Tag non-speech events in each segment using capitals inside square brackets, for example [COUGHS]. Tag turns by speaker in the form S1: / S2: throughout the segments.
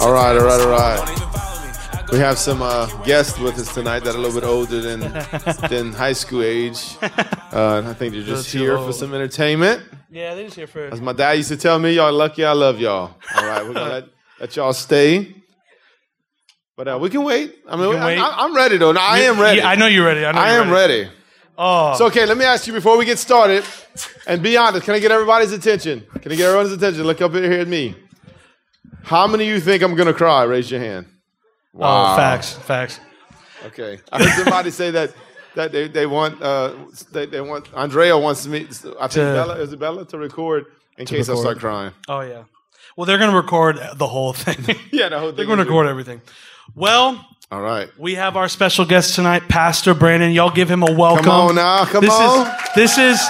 S1: All right, all right, all right. We have some uh, guests with us tonight that are a little bit older
S2: [LAUGHS]
S1: than than high school age. Uh, and I think they're just
S2: too
S1: here for
S2: old.
S1: some entertainment.
S2: Yeah, they're just here for.
S1: As my dad used to tell me, y'all lucky I love y'all. All right, we're
S2: [LAUGHS]
S1: gonna let, let y'all stay. But uh, we can wait. I mean,
S2: You can
S1: I,
S2: wait.
S1: I, am ready though. No, I am ready.
S2: Yeah, I know you're ready. I, know
S1: I
S2: you're
S1: am ready.
S2: Oh,
S1: So, okay, let me ask you before we get started, and be honest. Can I get everybody's attention? Can I get everyone's attention? Look up here at me. How many of you think I'm gonna cry? Raise your hand.
S2: oh, facts, facts.
S1: Okay, I heard somebody say that that they, they want uh they, they want Andrea wants me. I think
S2: To-
S1: Bella is it Bella to record in case I start
S2: record.
S1: crying.
S2: Oh yeah. Well, they're gonna record the whole thing.
S1: [LAUGHS] Yeah, the whole
S2: they're
S1: thing.
S2: gonna
S1: is-
S2: record everything. Well,
S1: All right.
S2: we have our special guest tonight, Pastor Brandon. Y'all give him a welcome.
S1: Come on now, come
S2: this
S1: on.
S2: Is, this is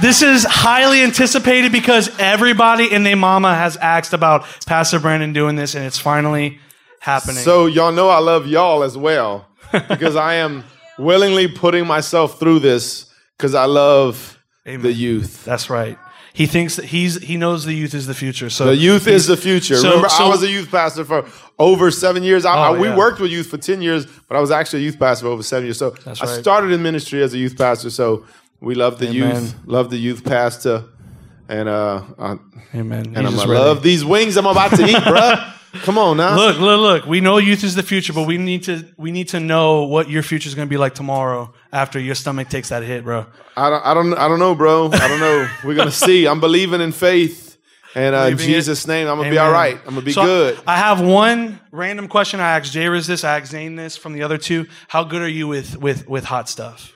S2: this is highly anticipated because everybody and their mama has asked about Pastor Brandon doing this, and it's finally happening.
S1: So y'all know I love y'all as well because I am willingly putting myself through this because I love
S2: Amen.
S1: the youth.
S2: That's right. He thinks that he's he knows the youth is the future. So
S1: The youth is the future.
S2: So-
S1: Remember, I
S2: so-
S1: was a youth pastor for over seven years. I,
S2: Oh,
S1: I- we
S2: yeah.
S1: worked with youth for ten years, but I was actually a youth pastor for over seven years. So I
S2: right.
S1: started in ministry as a youth pastor. So we love the youth,
S2: Amen.
S1: love the youth pastor, and uh, I,
S2: Amen.
S1: and
S2: He's
S1: I'm
S2: just
S1: gonna
S2: ready.
S1: love these wings I'm about to eat,
S2: [LAUGHS]
S1: bruh. Come on now.
S2: Look, look, look. We know youth is the future, but we need to we need to know what your future is going to be like tomorrow after your stomach takes that hit, bro.
S1: I don't, I don't, I don't know, bro. I don't know. We're gonna see. I'm believing in faith, and uh, in
S2: Believing it.
S1: Jesus' name, I'm gonna be
S2: Amen.
S1: all right. I'm gonna be
S2: So,
S1: good.
S2: I have one random question. I asked Jay Riz this. I asked Zane this from the other two. How good are you with with with hot stuff?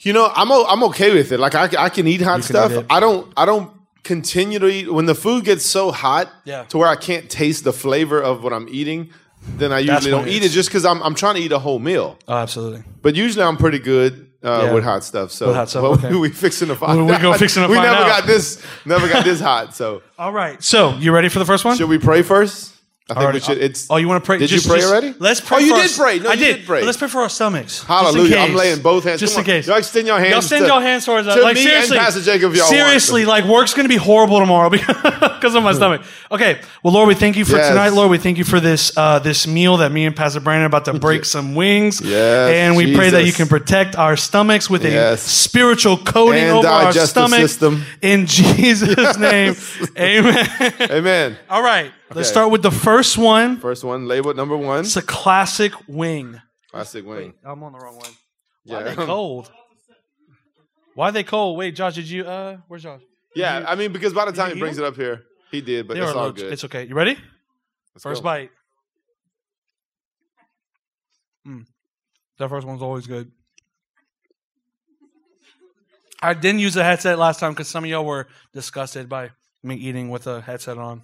S1: you know, I'm o- I'm okay with it. Like I, c- I can eat hot
S2: can
S1: stuff.
S2: eat it.
S1: I don't I don't continue to eat when the food gets so hot
S2: Yeah.
S1: to where I can't taste the flavor of what I'm eating. Then I
S2: That's
S1: usually
S2: when
S1: don't
S2: it
S1: eat it
S2: is.
S1: just because I'm I'm trying to eat a whole meal.
S2: Oh, absolutely.
S1: But usually I'm pretty good uh,
S2: Yeah.
S1: with hot stuff. So
S2: With hot stuff,
S1: well,
S2: okay.
S1: [LAUGHS] we fixing to find.
S2: Well, we go
S1: out.
S2: fixing
S1: [LAUGHS]
S2: to
S1: We
S2: find
S1: never
S2: out.
S1: got this. Never got this hot.
S2: [LAUGHS]
S1: So
S2: All right. So, you ready for the first one?
S1: should we pray first? I think
S2: Already-
S1: we should. It's
S2: oh, you want to pray?
S1: Did you pray already?
S2: Let's pray.
S1: Oh, you
S2: for
S1: did
S2: our-
S1: pray. No,
S2: I
S1: you
S2: did.
S1: did pray.
S2: But Let's pray for our stomachs. Just in
S1: Hallelujah. I'm
S2: case.
S1: laying both hands.
S2: Just
S1: Come
S2: in
S1: on.
S2: case.
S1: Y'all extend your hands
S2: Y'all extend
S1: to-
S2: your hands towards us.
S1: to
S2: like
S1: me and
S2: seriously,
S1: Pastor Jacob if y'all want to.
S2: seriously, like work's gonna be horrible tomorrow [LAUGHS] because of my stomach. Okay. Well, Lord, we thank you for
S1: Yes.
S2: tonight. Lord, we thank you for this uh, this meal that me and Pastor Brandon are about
S1: [LAUGHS]
S2: to break some wings.
S1: Yes,
S2: And we pray that you
S1: Jesus.
S2: can protect our stomachs with a
S1: Yes.
S2: spiritual coating
S1: And
S2: over our
S1: digestive
S2: stomach.
S1: system.
S2: In [LAUGHS] Jesus' name,
S1: [LAUGHS]
S2: Amen.
S1: Amen.
S2: All right. Let's
S1: Okay.
S2: start with the first one.
S1: First one, labeled number one.
S2: It's a classic wing.
S1: Classic wing.
S2: I'm on the wrong one.
S1: Yeah.
S2: Why are they cold? Why are they cold? Wait, Josh, did you? Uh, where's Josh?
S1: Yeah, I mean, because by the time
S2: you
S1: he
S2: eat
S1: brings it up here, he did, but
S2: They
S1: that's
S2: are
S1: all
S2: low-
S1: good.
S2: It's okay. You ready?
S1: Let's
S2: First
S1: go.
S2: bite. Mm. That first one's always good. I didn't use a headset last time because some of y'all were disgusted by me eating with a headset on.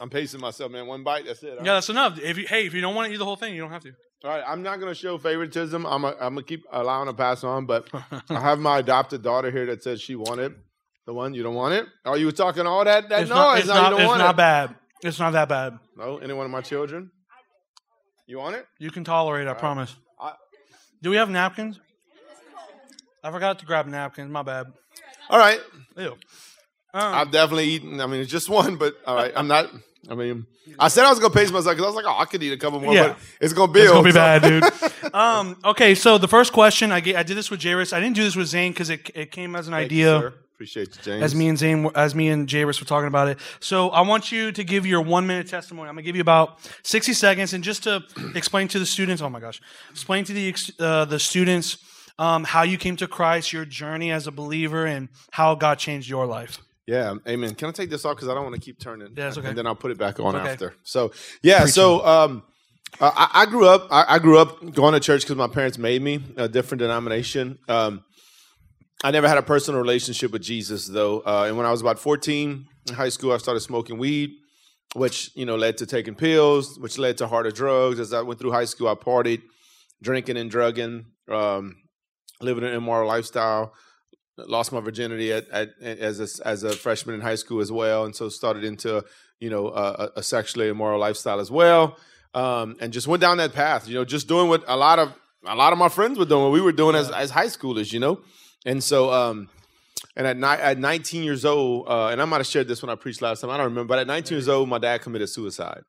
S1: I'm pacing myself, man. One bite, that's it.
S2: Yeah, that's enough. If you, hey, if you don't want to eat the whole thing, you don't have to.
S1: All right, I'm not going to show favoritism. I'm going I'm to keep allowing a pass on,
S2: [LAUGHS]
S1: but I have my adopted daughter here that says she wanted the one. You don't want it? Oh, you were talking all that, that
S2: It's
S1: noise.
S2: not. It's
S1: now you
S2: not,
S1: don't
S2: it's
S1: want
S2: not
S1: it.
S2: bad. It's not that bad.
S1: No, any one of my children? You want it?
S2: You can tolerate, I promise.
S1: I-
S2: Do we have napkins? I forgot to grab napkins. My bad.
S1: All right.
S2: Ew.
S1: I've definitely eaten. I mean, it's just one, but all right. I'm not. I mean, I said I was gonna pace myself because I was like, oh, I could eat a couple more,
S2: Yeah.
S1: but it's gonna be
S2: It's gonna be bad, duge. um, okay, so the first question I get, I did this with Jairus. I didn't do this with Zane because it, it came as an idea
S1: Appreciate you, James.
S2: as me and Zane, were- as me and Jairus were talking about it. So I want you to give your one minute testimony. I'm gonna give you about 60 seconds, and just to [CLEARS THROAT] explain to the students. Oh my gosh, explain to the ex- uh, the students um, how you came to Christ, your journey as a believer, and how God changed your life.
S1: Yeah, um, amen. Can I take this off because I don't want to keep turning?
S2: Yeah, it's okay.
S1: And then I'll put it back on
S2: okay.
S1: after. So yeah, so um, uh, I, I grew up. I, I grew up going to church because my parents made me a different denomination. Um, I never had a personal relationship with Jesus though, uh, and when I was about fourteen in high school, I started smoking weed, which you know led to taking pills, which led to harder drugs. As I went through high school, I partied, drinking and drugging, um, living an immoral lifestyle lost my virginity at, at as a, as a freshman in high school as well, and so started into you know a, a sexually immoral lifestyle as well, um, and just went down that path. You know, just doing what a lot of a lot of my friends were doing, what we were doing as as high schoolers. You know, and so um, And at, ni- at 19 years old, uh, and I might have shared this when I preached last time, I don't remember, but at 19 years old, my dad committed suicide.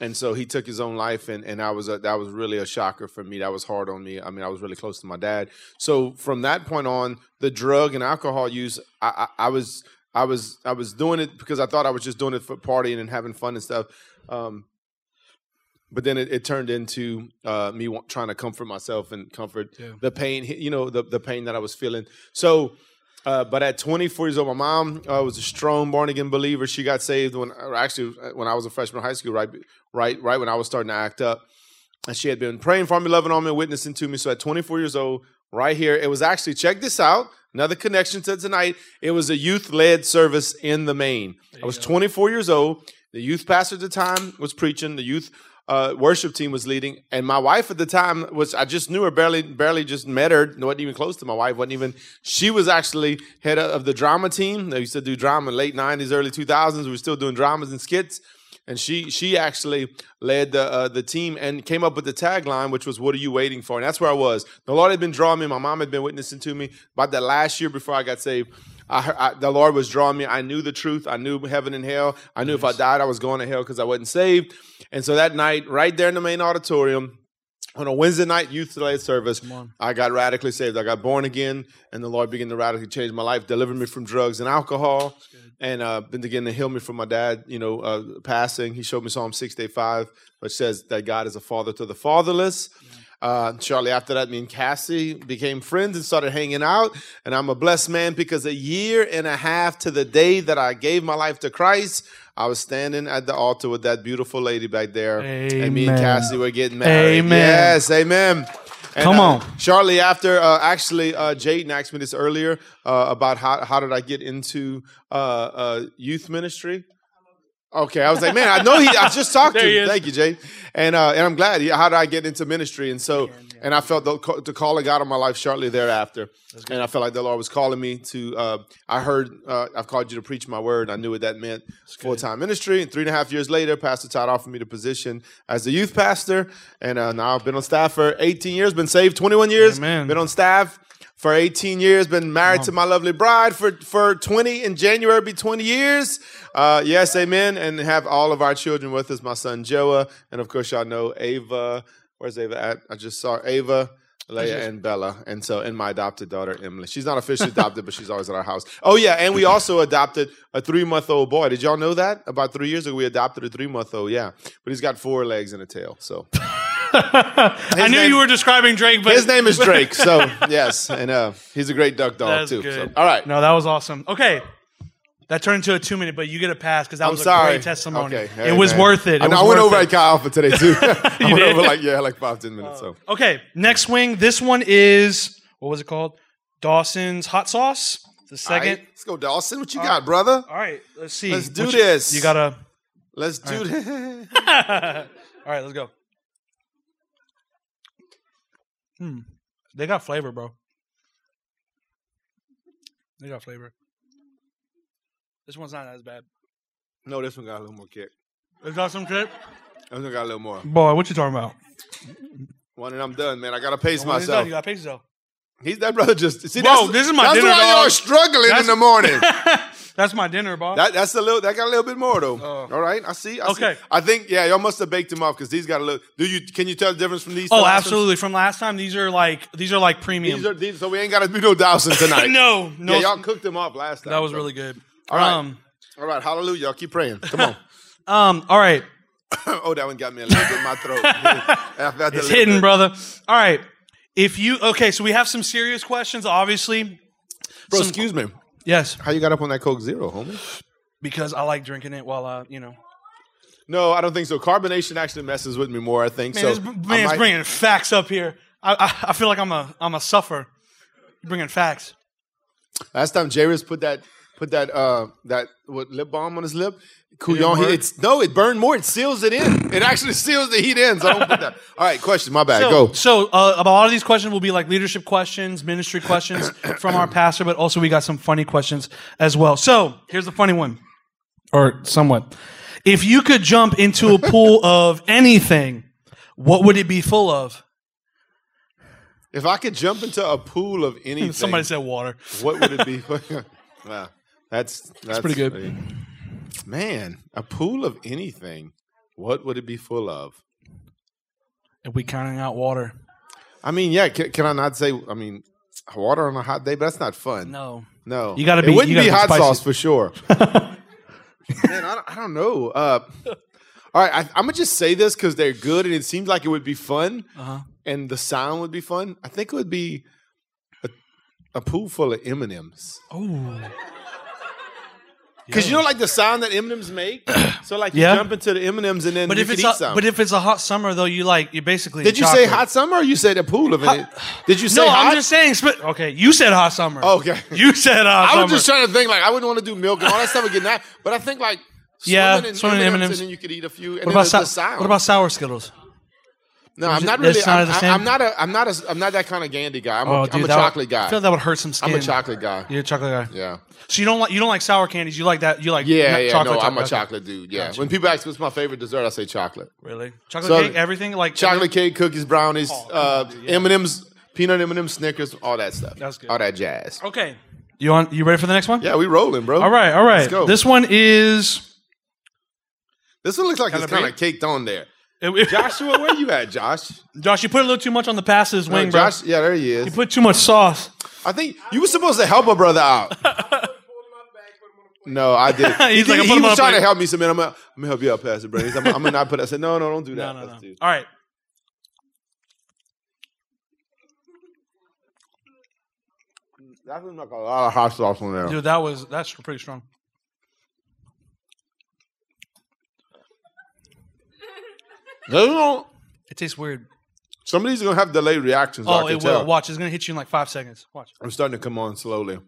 S1: And so he took his own life, and, and I was a, that was really a shocker for me. That was hard on me. I mean, I was really close to my dad. So from that point on, the drug and alcohol use, I, I, I was I was I was doing it because I thought I was just doing it for partying and having fun and stuff. Um, but then it, it turned into uh, me wa- trying to comfort myself and comfort
S2: Yeah.
S1: the pain, you know, the, the pain that I was feeling. So, uh, but at 24 years old, my mom uh, was a strong born again believer. She got saved when, or actually, uh, when I was a freshman in high school, right, be- right, right when I was starting to act up. And she had been praying for me, loving on me, witnessing to me. So at 24 years old, right here, it was actually check this out. Another connection to tonight. It was a youth led service in the main. I was 24 years old. The youth pastor at the time was preaching. The youth uh, worship team was leading, and my wife at the time was I just knew her barely, barely just met her. wasn't even close to my wife. wasn't even. She was actually head of the drama team. They used to do drama in late 90s, early 2000s. We were still doing dramas and skits and she she actually led the uh, the team and came up with the tagline, which was "What are you waiting for?" And that's where I was. The Lord had been drawing me. My mom had been witnessing to me. About that last year before I got saved, I, heard- I the Lord was drawing me. I knew the truth. I knew heaven and hell. I knew if I died, I was going to hell because I wasn't saved. And so that night, right there in the main auditorium. On a Wednesday night youth led service, I got radically saved. I got born again, and the Lord began to radically change my life, delivered me from drugs and alcohol and uh, been beginning to heal me from my dad, you know, uh, passing. He showed me Psalm 65, which says that God is a father to the fatherless. Uh, shortly after that, me and Cassie became friends and started hanging out. And I'm a blessed man because a year and a half to the day that I gave my life to Christ, I was standing at the altar with that beautiful lady back there. And me and
S2: Amen.
S1: Cassie were getting married.
S2: Amen.
S1: Yes, amen. And,
S2: Come
S1: uh,
S2: on.
S1: shortly after, uh, actually, uh, Jaden asked me this earlier uh, about how, how did I get into uh, uh, youth ministry. Okay, I was like, man, I know he. I just
S2: [LAUGHS]
S1: talked to
S2: There he
S1: him.
S2: is.
S1: Thank you, Jay, and uh, and I'm glad. Yeah, How did I get into ministry? And so, and I felt the, ca- the call of God on my life shortly thereafter, and I felt like the Lord was calling me to. Uh, I heard uh, I've called you to preach my word. I knew what that meant. Full time ministry, and three and a half years later, Pastor Todd offered me the position as the youth pastor, and uh, now I've been on staff for 18 years. Been saved 21 years.
S2: Amen.
S1: Been on staff. For 18 years, been married to my lovely bride for, for 20 in January, be 20 years. Uh, yes, amen. And have all of our children with us. My son Joa, and of course y'all know Ava. Where's Ava at? I just saw Ava, Leia, and Bella, and so and my adopted daughter Emily. She's not officially adopted, but she's always at our house. Oh yeah, and we also adopted a three-month-old boy. Did y'all know that? About three years ago, we adopted a three-month-old. Yeah, but he's got four legs and a tail. So
S2: I knew
S1: name-
S2: you were describing Drake, but
S1: his
S2: [LAUGHS]
S1: name is Drake. So yes, and uh, he's a great duck dog
S2: That's
S1: too.
S2: good.
S1: So, all right.
S2: No, that was awesome. Okay. That turned into a two minute, but you get a pass because that
S1: I'm
S2: was a
S1: sorry.
S2: great testimony.
S1: Okay,
S2: it
S1: hey,
S2: was
S1: man.
S2: worth it. It
S1: I, know,
S2: was
S1: I went
S2: worth
S1: over
S2: it.
S1: at Kyle for today
S2: [LAUGHS]
S1: too. [LAUGHS] I went
S2: did? Oh,
S1: over like yeah, like five ten minutes. So
S2: Okay, next wing. This one is what was it called? Dawson's hot sauce. The second.
S1: All right, let's go, Dawson. What you got, brother?
S2: All right, let's see.
S1: Let's do
S2: What you-
S1: this.
S2: You, gotta.
S1: Let's do this.
S2: [LAUGHS] All right, let's go. Hmm, they got flavor, bro. They got flavor. This one's not as bad. [LAUGHS]
S1: no, this one got a little more kick.
S2: It's got some trip.
S1: This one got a little more.
S2: Boy, what you talking about?
S1: One and I'm done, man. I gotta pace
S2: When it's done,
S1: myself.
S2: You got pictures though. [LAUGHS]
S1: He's that brother. Just see.
S2: Whoa,
S1: that's,
S2: this is my
S1: That's
S2: dinner,
S1: why
S2: dog.
S1: y'all struggling in
S2: That's-
S1: the
S2: [LAUGHS]
S1: morning.
S2: That's my dinner, boss.
S1: that, that's a little. That got a little bit more though. All right, I see. I see.
S2: Oh. Okay.
S1: I think yeah, y'all must have baked him off because these got a little. Do you? Can you tell the difference from these? to
S2: oh,
S1: last ones?
S2: absolutely. From last time, these are like these are like premium.
S1: These are, these, so we ain't got to do no dousing
S2: [LAUGHS]
S1: tonight.
S2: no, no,
S1: Yeah, y'all cooked him off last time.
S2: that was
S1: so.
S2: really good.
S1: All right.
S2: Um,
S1: All right, hallelujah. Y'all keep praying. Come on. [LAUGHS]
S2: [LAUGHS] um, all right,
S1: oh, that one got me a little bit in my
S2: [LAUGHS]
S1: throat. [LAUGHS] I felt a
S2: it's
S1: little
S2: hidden,
S1: bit.
S2: brother. All right, if you okay, so we have some serious questions, obviously.
S1: Bro,
S2: Some-
S1: excuse me.
S2: Yes,
S1: How you got up on that Coke Zero, homie?
S2: because I like drinking it while I, you know,
S1: No, I don't think so. Carbonation actually messes with me more, I think.
S2: man,
S1: so
S2: this man's
S1: I might-
S2: bringing facts up here. I, I I feel like I'm a I'm a suffer. You're bringing facts.
S1: last time Jairus put that put that uh that what lip balm on his lip. Couillon,
S2: work?
S1: he, it's no, it burned more. It seals it in. It actually seals the heat in. So don't put
S2: [LAUGHS]
S1: that. All right, question. My bad.
S2: So,
S1: Go.
S2: so uh, a lot of these questions will be like leadership questions, ministry questions [COUGHS] from our pastor, but also we got some funny questions as well. So here's the funny one, or somewhat. If you could jump into
S1: [LAUGHS]
S2: a pool of anything, what would it be full of?
S1: If I could jump into a pool of anything,
S2: [LAUGHS] Somebody said water.
S1: what would it be? [LAUGHS] wow, that's, that's
S3: pretty good.
S1: Man, a pool of anything. What would it be full of?
S2: If we counting out water,
S1: I mean, yeah. Can, can I not say? I mean, water on a hot day, but that's not fun.
S2: no.
S1: No,
S2: You gotta
S1: It
S2: be-
S1: wouldn't
S2: you gotta
S1: be
S2: be
S1: hot
S2: spicy.
S1: sauce for
S2: [LAUGHS]
S1: sure. Man, I don't, I don't know. Uh, all right, I, I'm gonna just say this because they're good, and it seems like it would be fun,
S2: Uh-huh.
S1: and the sound would be fun. I think it would be a, a pool full of M and M's
S2: Oh,
S1: because you know, like the sound that M and M's
S2: [CLEARS THROAT]
S1: make. so, like, you
S2: Yeah.
S1: jump into the M and M's, and then
S2: but
S1: you
S2: if
S1: can
S2: it's
S1: eat
S2: a,
S1: some.
S2: but if it's a hot summer though, you like you basically
S1: did you say
S2: chocolate.
S1: hot summer? or You said a pool of it. Did you say
S2: No,
S1: hot?
S2: I'm just saying. sp- Okay, you said hot summer.
S1: Okay.
S2: you said hot
S1: I
S2: summer.
S1: was just trying to think like I wouldn't want to do milk and all that stuff would get that. But I think like
S2: Yeah,
S1: swimming in
S2: swimming in
S1: M&Ms,
S2: M&Ms.
S1: and then you could eat a few. And
S2: what
S1: then
S2: about
S1: the, the
S2: sou-
S1: sound.
S2: what about sour Skittles?
S1: No, I'm
S2: it-
S1: not
S2: it's
S1: really.
S2: not
S1: I'm,
S2: the
S1: I-
S2: same?
S1: I'm not a. I'm not a. I'm not that kind of candy guy. I'm, a,
S2: Oh,
S1: I'm
S2: dude,
S1: a
S2: that would-
S1: chocolate
S2: I
S1: guy.
S2: feel that would hurt some skin.
S1: I'm a chocolate guy. Yeah,
S2: You're a chocolate guy.
S1: yeah,
S2: So you don't like you don't like sour candies. You like that. You like
S1: yeah.
S2: nut
S1: yeah,
S2: chocolate.
S1: no, I'm a
S2: okay.
S1: chocolate dude. Yeah. When people ask what's my favorite dessert, I say chocolate.
S2: Really, chocolate
S1: So-
S2: cake, everything like
S1: Chocolate cake, cookies, brownies,
S2: Oh,
S1: uh, M&Ms, peanut M&Ms, Snickers, all that stuff.
S2: That's good.
S1: All that jazz.
S2: Okay, you on? You ready for the next one?
S1: Yeah, we rolling, bro.
S2: All right, all right.
S1: Let's go.
S2: This one is
S1: This one looks like it's
S2: be-
S1: kind of caked on there.
S2: Josh. [LAUGHS]
S1: Joshua, where you at, Josh?
S2: You put a little too much on the passes wing, bro.
S1: Josh, yeah, there he is.
S2: You put too much sauce.
S1: I think you were supposed to help a brother
S2: [LAUGHS]
S1: out. No, I did. not he
S2: He's like,
S1: did-
S2: "I
S1: he
S2: put him on
S1: was
S2: a
S1: trying to
S2: plate."
S1: help me. So man, I'm gonna, I'm gonna help you out, Pastor Brains. I'm, I'm gonna not put. I said, no, no, don't do
S2: [LAUGHS] No,
S1: that.
S2: no,
S1: Let's
S2: no.
S1: do-
S2: All right.
S1: That was like a lot of hot sauce on there.
S2: Dude, that was that's pretty strong.
S1: They don't-
S2: It tastes weird.
S1: Some of these are gonna have delayed reactions. I
S2: Oh,
S1: can
S2: it will.
S1: tell.
S2: Watch, it's gonna hit you in like five seconds. Watch.
S1: I'm starting to come on slowly.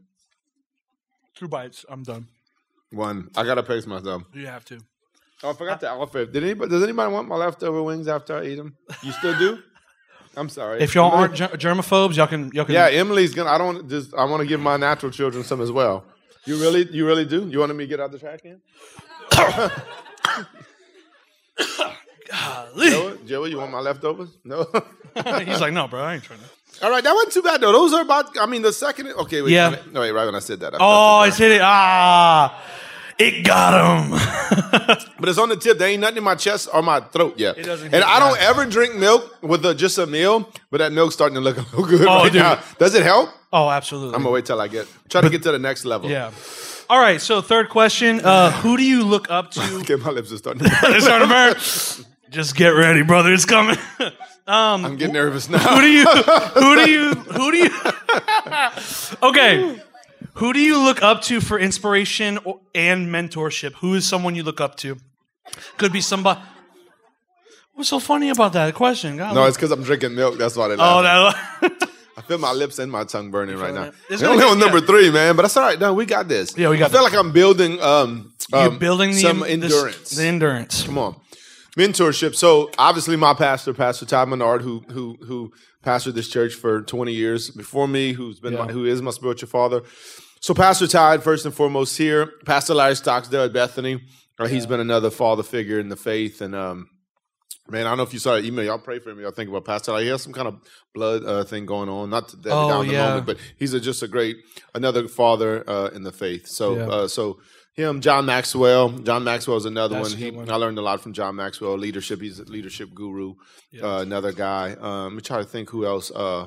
S2: Two bites. I'm done.
S1: One, I gotta pace myself.
S2: You have to.
S1: Oh, I forgot to offer. Did anybody? Does anybody want my leftover wings after I eat them? You still do? I'm sorry.
S2: If y'all
S1: Emily-
S2: aren't ger- germaphobes, y'all can y'all can.
S1: Yeah, Emily's gonna. I don't just. I want to give my natural children some as well. You really, you really do. You wanted me to get out the trash
S2: [COUGHS]
S1: can? Joey, Joey, you want my leftovers? No. [LAUGHS]
S2: [LAUGHS] He's like, no, bro, I ain't trying [LAUGHS] to.
S1: All right, that wasn't too bad though. Those are about. I mean, the second. Okay, wait.
S2: Yeah.
S1: No, wait. Right when I said that. I
S2: Oh,
S1: felt it
S2: it's hit it. Ah, it got him. [LAUGHS]
S1: there. but it's on the tip. There ain't nothing in my chest or my throat yet. It
S2: doesn't
S1: And
S2: hit
S1: I don't ever drink milk with a, just a meal, but that milk's starting to look [LAUGHS] a little good
S2: Oh,
S1: right
S2: dude.
S1: now. Does it help?
S2: oh, absolutely.
S1: I'm gonna wait till I get try to get to the next level.
S2: yeah. All right. So third question: uh, Who do you look up [LAUGHS] to?
S1: [LAUGHS] Okay, my lips are starting.
S2: [LAUGHS]
S1: To
S2: It's starting to burn. [LAUGHS] Just get ready, brother. It's coming. [LAUGHS] um,
S1: I'm getting nervous
S2: [LAUGHS]
S1: now.
S2: who do you? Who do you? Who do you? okay. Who do you look up to for inspiration or- and mentorship? Who is someone you look up to? Could be somebody. What's so funny about that question? God,
S1: No, it's because I'm drinking milk. That's why they.
S2: oh,
S1: laughing.
S2: that.
S1: I feel my lips and my tongue burning right now.
S2: it? It's
S1: We're only
S2: gonna get-
S1: on number
S2: yeah.
S1: three, man, but that's all right. No, we got this.
S2: Yeah, we got
S1: I feel like I'm building. Um,
S2: [LAUGHS] You're
S1: um,
S2: building the
S1: some
S2: this-
S1: endurance.
S2: the endurance.
S1: Come on, mentorship. So obviously, my pastor, Pastor Todd Menard, who who who pastored this church for 20 years before me, who's been my, who is my spiritual father. So Pastor Todd, first and foremost, here. Pastor Larry Stocksdale at Bethany. Uh, He's been another father figure in the faith, and um, Man, I don't know if you saw that email. Y'all pray for him. Y'all think about Pastor. Like, he has some kind of blood uh, thing going on. Not to
S2: Oh,
S1: oh, down the
S2: yeah.
S1: moment, but he's a, just a great another father uh, in the faith. So, uh, so him, John Maxwell. John Maxwell is another one. He, I learned a lot from John Maxwell. Leadership. He's a leadership guru. Uh, another guy. Um, let me try to think who else. Uh,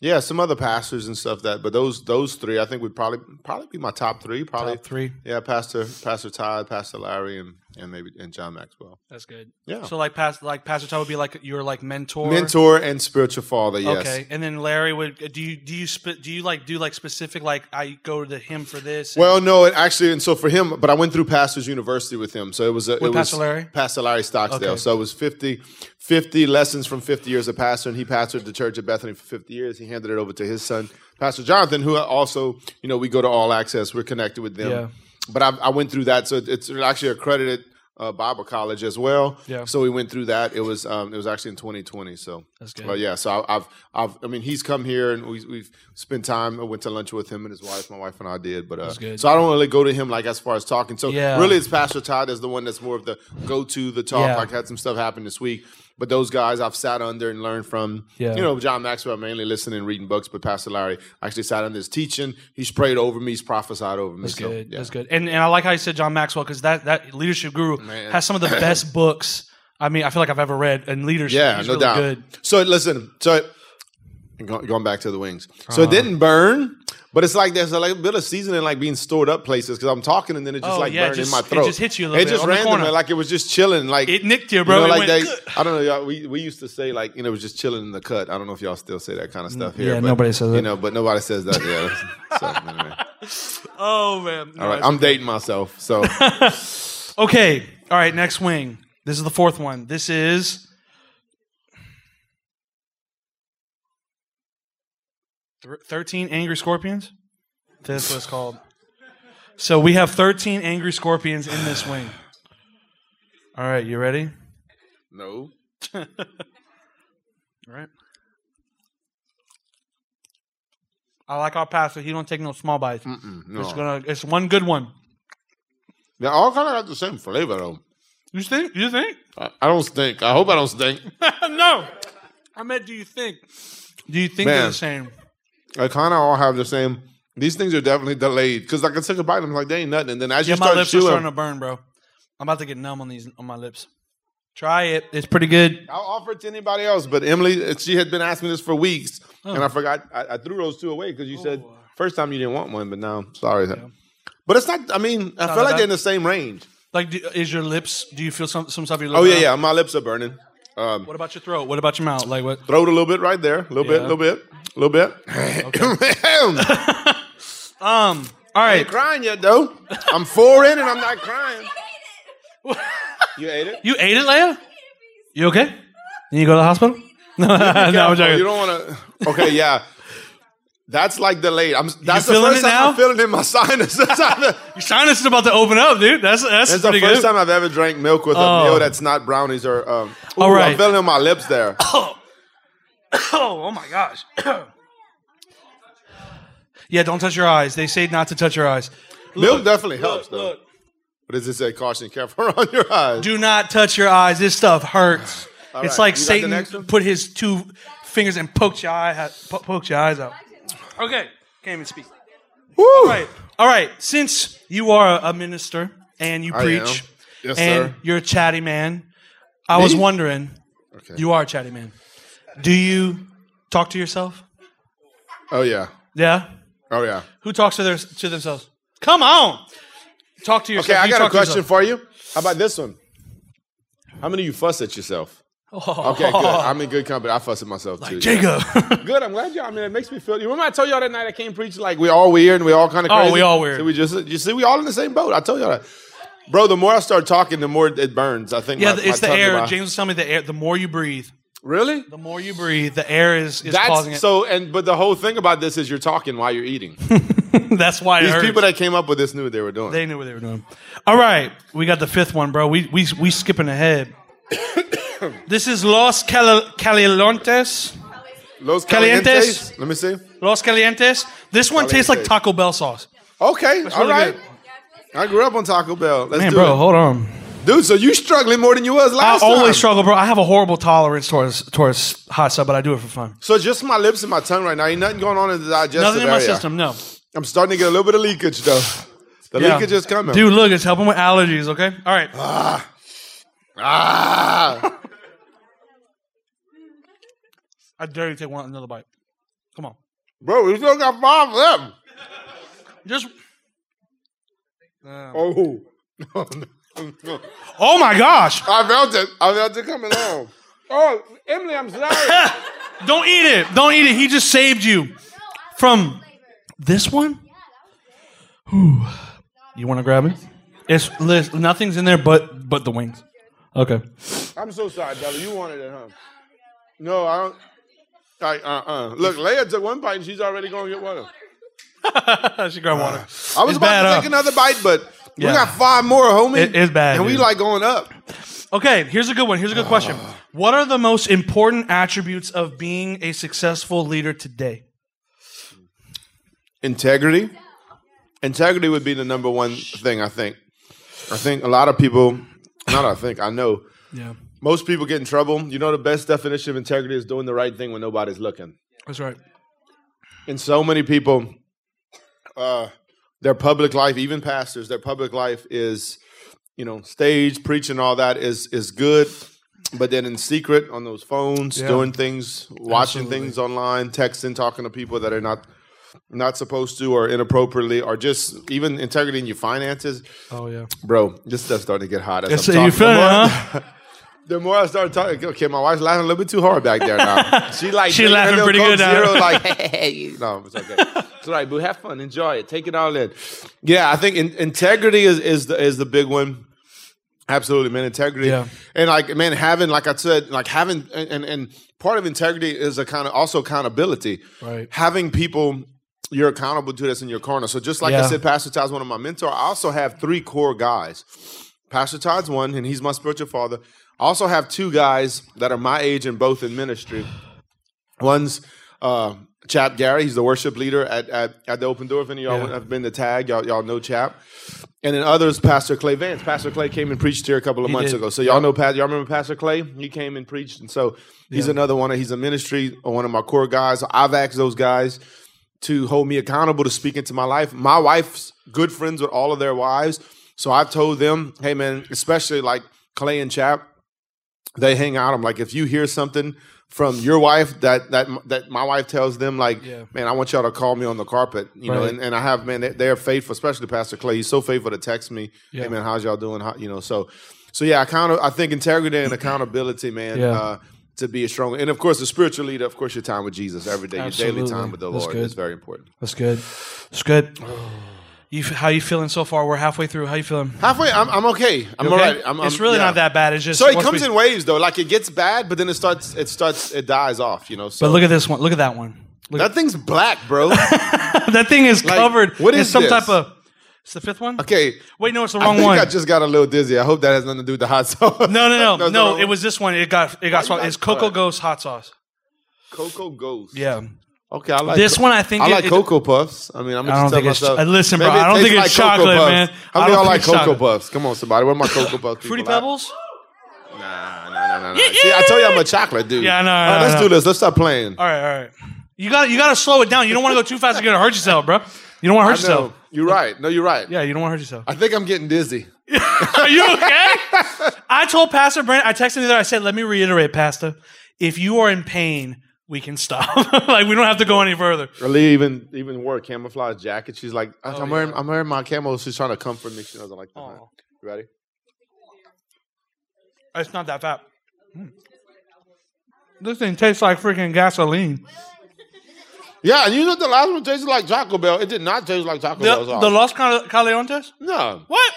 S1: yeah, some other pastors and stuff that. But those those three, I think would probably probably be my top three. Probably
S2: Top three.
S1: Yeah, Pastor Pastor Todd, Pastor Larry, and and maybe and John Maxwell.
S2: That's good.
S1: Yeah.
S2: So like past like Pastor Todd would be like your like mentor.
S1: Oh. mentor and spiritual father. Yes.
S2: Okay. And then Larry would do you do you sp- do you like do like specific like I go to him for this?
S1: Well, no, it actually, and so for him, but I went through Pastors University with him, so it was a, it was
S2: Pastor Larry?
S1: Pastor Larry Stocksdale.
S2: Okay.
S1: So it was 50, 50 lessons from fifty years of pastor, and he pastored the church at Bethany for fifty years. He handed it over to his son, Pastor Jonathan, who also, you know, we go to All Access, we're connected with them.
S2: Yeah.
S1: But I, I went through that, so it's actually accredited uh, Bible college as well.
S2: Yeah.
S1: So we went through that. It was um, it was actually in 2020. So
S2: That's good.
S1: uh, yeah, so I, I've I've I mean he's come here and we, we've spent time. I went to lunch with him and his wife. My wife and I did, but uh,
S2: good.
S1: so I don't really go to him like as far as talking. So
S2: Yeah.
S1: really, it's Pastor Todd is the one that's more of the go to the talk.
S2: Yeah.
S1: Like had some stuff happen this week. But those guys I've sat under and learned from.
S2: Yeah.
S1: You know, John Maxwell mainly listening, reading books, but Pastor Larry actually sat under his teaching. He's prayed over me. He's prophesied over me. That's so,
S2: good.
S1: yeah.
S2: That's good. And and I like how you said John Maxwell because that that leadership guru
S1: Man. [COUGHS]
S2: has some of the best books. I mean, I feel like I've ever read in leadership.
S1: Yeah,
S2: He's
S1: no
S2: really
S1: doubt.
S2: Good.
S1: So listen, so it- and go- going back to the wings. So
S2: Uh-huh.
S1: it didn't burn, but it's like there's a little bit of seasoning like being stored up places because I'm talking and then it just
S2: Oh,
S1: like
S2: yeah, it
S1: burned
S2: just-
S1: in my
S2: it
S1: throat.
S2: just hits you a little
S1: It
S2: bit
S1: just
S2: on the
S1: randomly,
S2: corner.
S1: like it was just chilling. Like
S2: It nicked you, bro.
S1: know,
S2: It
S1: like
S2: went,
S1: they,
S2: "Good."
S1: I don't know. Y'all, we we used to say like you know it was just chilling in the cut. I don't know if y'all still say that kind of stuff here.
S2: yeah,
S1: but,
S2: nobody says
S1: You
S2: it.
S1: know, but nobody says that. Yeah. [LAUGHS] so,
S2: [LAUGHS]
S1: anyway.
S2: Oh man.
S1: All right, I'm dating myself.
S2: [LAUGHS]
S1: So
S2: Okay. All right. Next wing. This is the fourth one. This is. Thir- 13 angry scorpions? That's what it's called. So we have 13 angry scorpions in this wing. All right, you ready?
S1: no.
S2: All right. I like our pastor. He don't take no small bites.
S1: no.
S2: It's gonna. It's one good one.
S1: They all kind of got the same flavor though.
S2: You think? You think? [LAUGHS]
S1: I, I don't stink. I hope I don't stink.
S2: no. I meant, do you think? Do you think they're
S1: Man.
S2: the same?
S1: I kind of all have the same. These things are definitely delayed because like I took a bite, I'm like, they ain't nothing. And then as
S2: Yeah,
S1: you
S2: my
S1: start
S2: lips are
S1: chewing,
S2: starting to burn, bro. I'm about to get numb on these on my lips. Try it. It's pretty good.
S1: I'll offer it to anybody else, but Emily, uh, she had been asking this for weeks, and I forgot. I, I threw those two away because you
S2: Oh,
S1: said first time you didn't want one, but now sorry. But it's not. I mean, I feel like
S2: bad.
S1: they're in the same range.
S2: Like, do, is your lips? Do you feel some some stuff? in Your
S1: Oh
S2: lips
S1: yeah, yeah. My lips are burning. Um,
S2: What about your throat? What about your mouth? Like what?
S1: throat a little bit right there, a little bit, a
S2: Yeah.
S1: little bit, a little [LAUGHS] bit.
S2: Um. All
S1: I ain't
S2: right.
S1: crying yet though. I'm four in and I'm not crying. [LAUGHS] You ate it.
S2: You ate it, Leia. You okay? Need to go to the hospital? [LAUGHS] no, I'm
S1: Oh,
S2: joking.
S1: You don't want to. Okay, yeah. That's like delayed. I'm. That's the
S2: feeling
S1: first
S2: it
S1: time
S2: now?
S1: I'm feeling it in my [LAUGHS] sinus. That's how the-
S2: Your sinus is about to open up, dude. That's that's,
S1: that's the
S2: pretty
S1: first
S2: good.
S1: time I've ever drank milk with
S2: Oh.
S1: a meal that's not brownies or. Um, ooh,
S2: All right.
S1: I'm feeling it on my lips
S2: [LAUGHS]
S1: there.
S2: Oh, oh my gosh. [CLEARS THROAT] yeah, don't touch your eyes. They say not to touch your eyes.
S1: milk definitely helps
S2: Look,
S1: though.
S2: look.
S1: What does it say? Caution, careful [LAUGHS] around your eyes.
S2: Do not touch your eyes. This stuff hurts.
S1: right, you
S2: it's like
S1: got the
S2: Satan
S1: next one?
S2: put his two fingers and poked your eye, po- poked your eyes out. Okay, can't even speak.
S1: Woo!
S2: All right, all right. Since you are a minister and you
S1: I
S2: preach,
S1: am. Yes,
S2: and
S1: sir.
S2: you're a chatty man, I was wondering.
S1: Okay.
S2: You are a chatty man. Do you talk to yourself?
S1: Oh yeah.
S2: Yeah.
S1: Oh yeah.
S2: Who talks to their to themselves? Come on, talk to yourself.
S1: Okay, I
S2: You
S1: got a
S2: talk to
S1: question
S2: yourself.
S1: for you. How about this one? How many of you fuss at yourself? Okay, good. I'm in good company. I fuss at myself too. yeah.
S2: Oh.
S1: [LAUGHS]
S2: Jacob.
S1: Good. I'm glad y'all. I mean, it makes me feel. You remember I told y'all that night I came preach like we all weird and we all kind of
S2: Oh,
S1: crazy.
S2: we all weird.
S1: So we just you see we all in the same boat. I told y'all that, bro. The more I start talking, the more it burns. I think.
S2: [LAUGHS] yeah,
S1: my,
S2: it's
S1: my
S2: the
S1: tongue
S2: air.
S1: about-
S2: James was telling me the air. The more you breathe,
S1: Really?
S2: the more you breathe, the air is, is causing
S1: That's
S2: it.
S1: so. And but the whole thing about this is you're talking while you're eating.
S2: [LAUGHS] That's why it
S1: These
S2: hurts.
S1: people that came up with this knew what they were doing.
S2: they knew what they were doing. All right, we got the fifth one, bro. We we we
S1: [COUGHS]
S2: skipping ahead. this is Los Cal- Calientes.
S1: Los
S2: Calientes.
S1: calientes. Let me see.
S2: Los Calientes. This one tastes like
S1: Calientes.
S2: Taco Bell sauce.
S1: Okay. all
S2: really
S1: right.
S2: good.
S1: I grew up on Taco Bell. Let's
S2: Man,
S1: do
S2: bro,
S1: it,
S2: hold on.
S1: dude. So you struggling more than you was
S2: I
S1: last time.
S2: always struggle, bro. I have a horrible tolerance towards towards hot stuff, but I do it for fun.
S1: So just my lips and my tongue right now. Ain't nothing going on in the digestive
S2: Nothing in my
S1: area.
S2: system. No.
S1: I'm starting to get a little bit of leakage though. The
S2: Yeah.
S1: leakage is coming.
S2: Dude, look, it's helping with allergies, okay? All right.
S1: Ah.
S2: I dare you to take one another bite. Come on.
S1: Bro, we still got five left.
S2: Just
S1: Oh. [LAUGHS]
S2: Oh my gosh.
S1: I felt it. I felt it coming on. Oh, Emily, I'm
S2: [LAUGHS]
S1: sorry.
S2: Don't eat it. Don't eat it. He just saved you from this one? Whew. You want to grab it? It's lis- nothing's in there but but the wings. Okay. [LAUGHS]
S1: I'm so sorry, Bella. You wanted it, huh? No, I don't. Like, uh-uh. Look, Leia took one bite and she's already going to get one.
S2: she grabbed water.
S1: I was
S2: It's
S1: about
S2: bad,
S1: to
S2: huh?
S1: take another bite, but
S2: Yeah.
S1: we got five more, homie.
S2: It is bad,
S1: And we
S2: dude.
S1: like going up.
S2: Okay, here's a good one. Here's a good question. What are the most important attributes of being a successful leader today?
S1: integrity integrity would be the number one thing i think i think a lot of people not i think i know
S2: Yeah.
S1: Most people get in trouble. You know, the best definition of integrity is doing the right thing when nobody's looking.
S2: That's right.
S1: And so many people, uh, their public life, even pastors, their public life is, you know, stage preaching, all that is is good, but then in secret on those phones,
S2: Yeah.
S1: doing things, watching
S2: Absolutely.
S1: things online, texting, talking to people that are not not supposed to or inappropriately, or just even integrity in your finances,
S2: Oh yeah.
S1: bro. This stuff's starting to get hot. As
S2: That's
S1: I'm
S2: it, you
S1: talking. The
S2: feeling it,
S1: more-
S2: huh?
S1: [LAUGHS] The more I started talking, okay, my wife's laughing a little bit too hard back there
S2: [LAUGHS]
S1: now. She like
S2: She
S1: drinking
S2: laughing
S1: her little
S2: pretty good
S1: Coke
S2: now.
S1: Zero, like, [LAUGHS] hey, hey,
S2: [LAUGHS]
S1: you- no, it's okay. It's all right, boo. Have fun, enjoy it, take it all in. Yeah, I think in- integrity is is the is the big one. Absolutely, man. Integrity,
S2: Yeah.
S1: and like man, having like I said, like having and and, and part of integrity is a kind of also accountability.
S2: Right.
S1: Having people you're accountable to that's in your corner. So just like I
S2: Yeah.
S1: said, Pastor Todd's one of my mentor. I also have three core guys. Pastor Todd's one, and he's my spiritual father. I also have two guys that are my age and both in ministry. One's uh, Chap Gary. He's the worship leader at, at, at the Open Door. If any of y'all
S2: Yeah.
S1: have been to tag, y'all, y'all know Chap. And then others, Pastor Clay Vance. Pastor Clay came and preached here a couple of months
S2: did.
S1: ago. So y'all know Pat. Y'all remember Pastor Clay? He came and preached. And so he's another one. He's a ministry, one of my core guys. I've asked those guys to hold me accountable to speak into my life. My wife's good friends with all of their wives. So I've told them, hey man, especially like Clay and Chap, they hang out. I'm like, if you hear something from your wife that that that my wife tells them, like,
S2: Yeah.
S1: man, I want y'all to call me on the carpet, you know.
S2: Right.
S1: And, and I have man, they, they are faithful, especially Pastor Clay. He's so faithful to text me, hey
S2: Yeah.
S1: man, how's y'all doing? How, you know, so so yeah, I kind of I think integrity
S2: [CLEARS THROAT]
S1: and accountability, man.
S2: Yeah.
S1: Uh, to be a strong and of course the spiritual leader, of course your time with Jesus every day, your daily
S2: Absolutely.
S1: time with the
S2: That's
S1: Lord
S2: good.
S1: is very important.
S2: That's good. That's good. [SIGHS] You, f- how you feeling so far? We're halfway through. How you feeling?
S1: Halfway, I'm, I'm okay. I'm
S2: You
S1: all
S2: okay?
S1: right. I'm,
S2: it's
S1: I'm-
S2: really
S1: yeah.
S2: not that bad. It's just
S1: So it
S2: once
S1: comes
S2: we-
S1: in waves though. Like it gets bad, but then it starts. It starts. It dies off. You know. So
S2: But look at this one. Look at that one. Look,
S1: that thing's black, bro.
S2: [LAUGHS] that thing is covered.
S1: what
S2: in
S1: is
S2: some
S1: this?
S2: type of? It's the fifth one.
S1: Okay.
S2: Wait, no, it's the
S1: I
S2: wrong
S1: think
S2: one.
S1: I just got a little dizzy. I hope that has nothing to do with the hot sauce.
S2: no,
S1: [LAUGHS]
S2: no, no,
S1: it's
S2: no.
S1: not-
S2: It was this one. It got it got
S1: you
S2: swapped.
S1: got-
S2: It's Cocoa
S1: alright.
S2: Ghost hot sauce.
S1: Cocoa Ghost.
S2: Yeah,
S1: Okay, I like
S2: this one I think
S1: I
S2: it-
S1: like
S2: it-
S1: Cocoa Puffs. I mean, I'm just
S2: I don't
S1: tell
S2: think it's-
S1: myself.
S2: uh, listen, bro,
S1: maybe it
S2: I don't think
S1: tastes
S2: it's chocolate,
S1: Cocoa
S2: man.
S1: Puffs. How
S2: I
S1: many
S2: don't
S1: y'all
S2: think
S1: like
S2: it's
S1: Cocoa
S2: chocolate.
S1: Puffs? Come on, somebody. Where my Cocoa Puffs?
S2: Fruity
S1: people at?
S2: Pebbles.
S1: Nah, nah, nah, nah, nah. See, I told you I'm a chocolate dude.
S2: Yeah, I know,
S1: All
S2: I
S1: right,
S2: know,
S1: let's
S2: I
S1: do
S2: know.
S1: this. Let's stop playing.
S2: All right, all right. You got you got to slow it down. You don't want to go too fast. You're gonna hurt yourself, bro. You don't want to
S1: [LAUGHS]
S2: hurt
S1: I know.
S2: yourself.
S1: You're right. No, you're right.
S2: Yeah, you don't want to hurt yourself.
S1: I think I'm getting dizzy.
S2: Are you okay? I told Pastor Brent. I texted him there. I said, "Let me reiterate, Pastor. If you are in pain, we can stop. [LAUGHS] like we don't have to go any further."
S1: Really, even even wore a camouflage jacket. She's like, I'm wearing I'm wearing my camo. She's trying to comfort me. She doesn't like that.
S2: Oh, Aw.
S1: You ready?
S2: It's not that fat. Mm. This thing tastes like freaking gasoline.
S1: Yeah, and you know what the last one tasted like Taco Bell. It did not taste like Taco
S2: The,
S1: Bell sauce.
S2: the Los Cal- Calientes?
S1: no.
S2: What?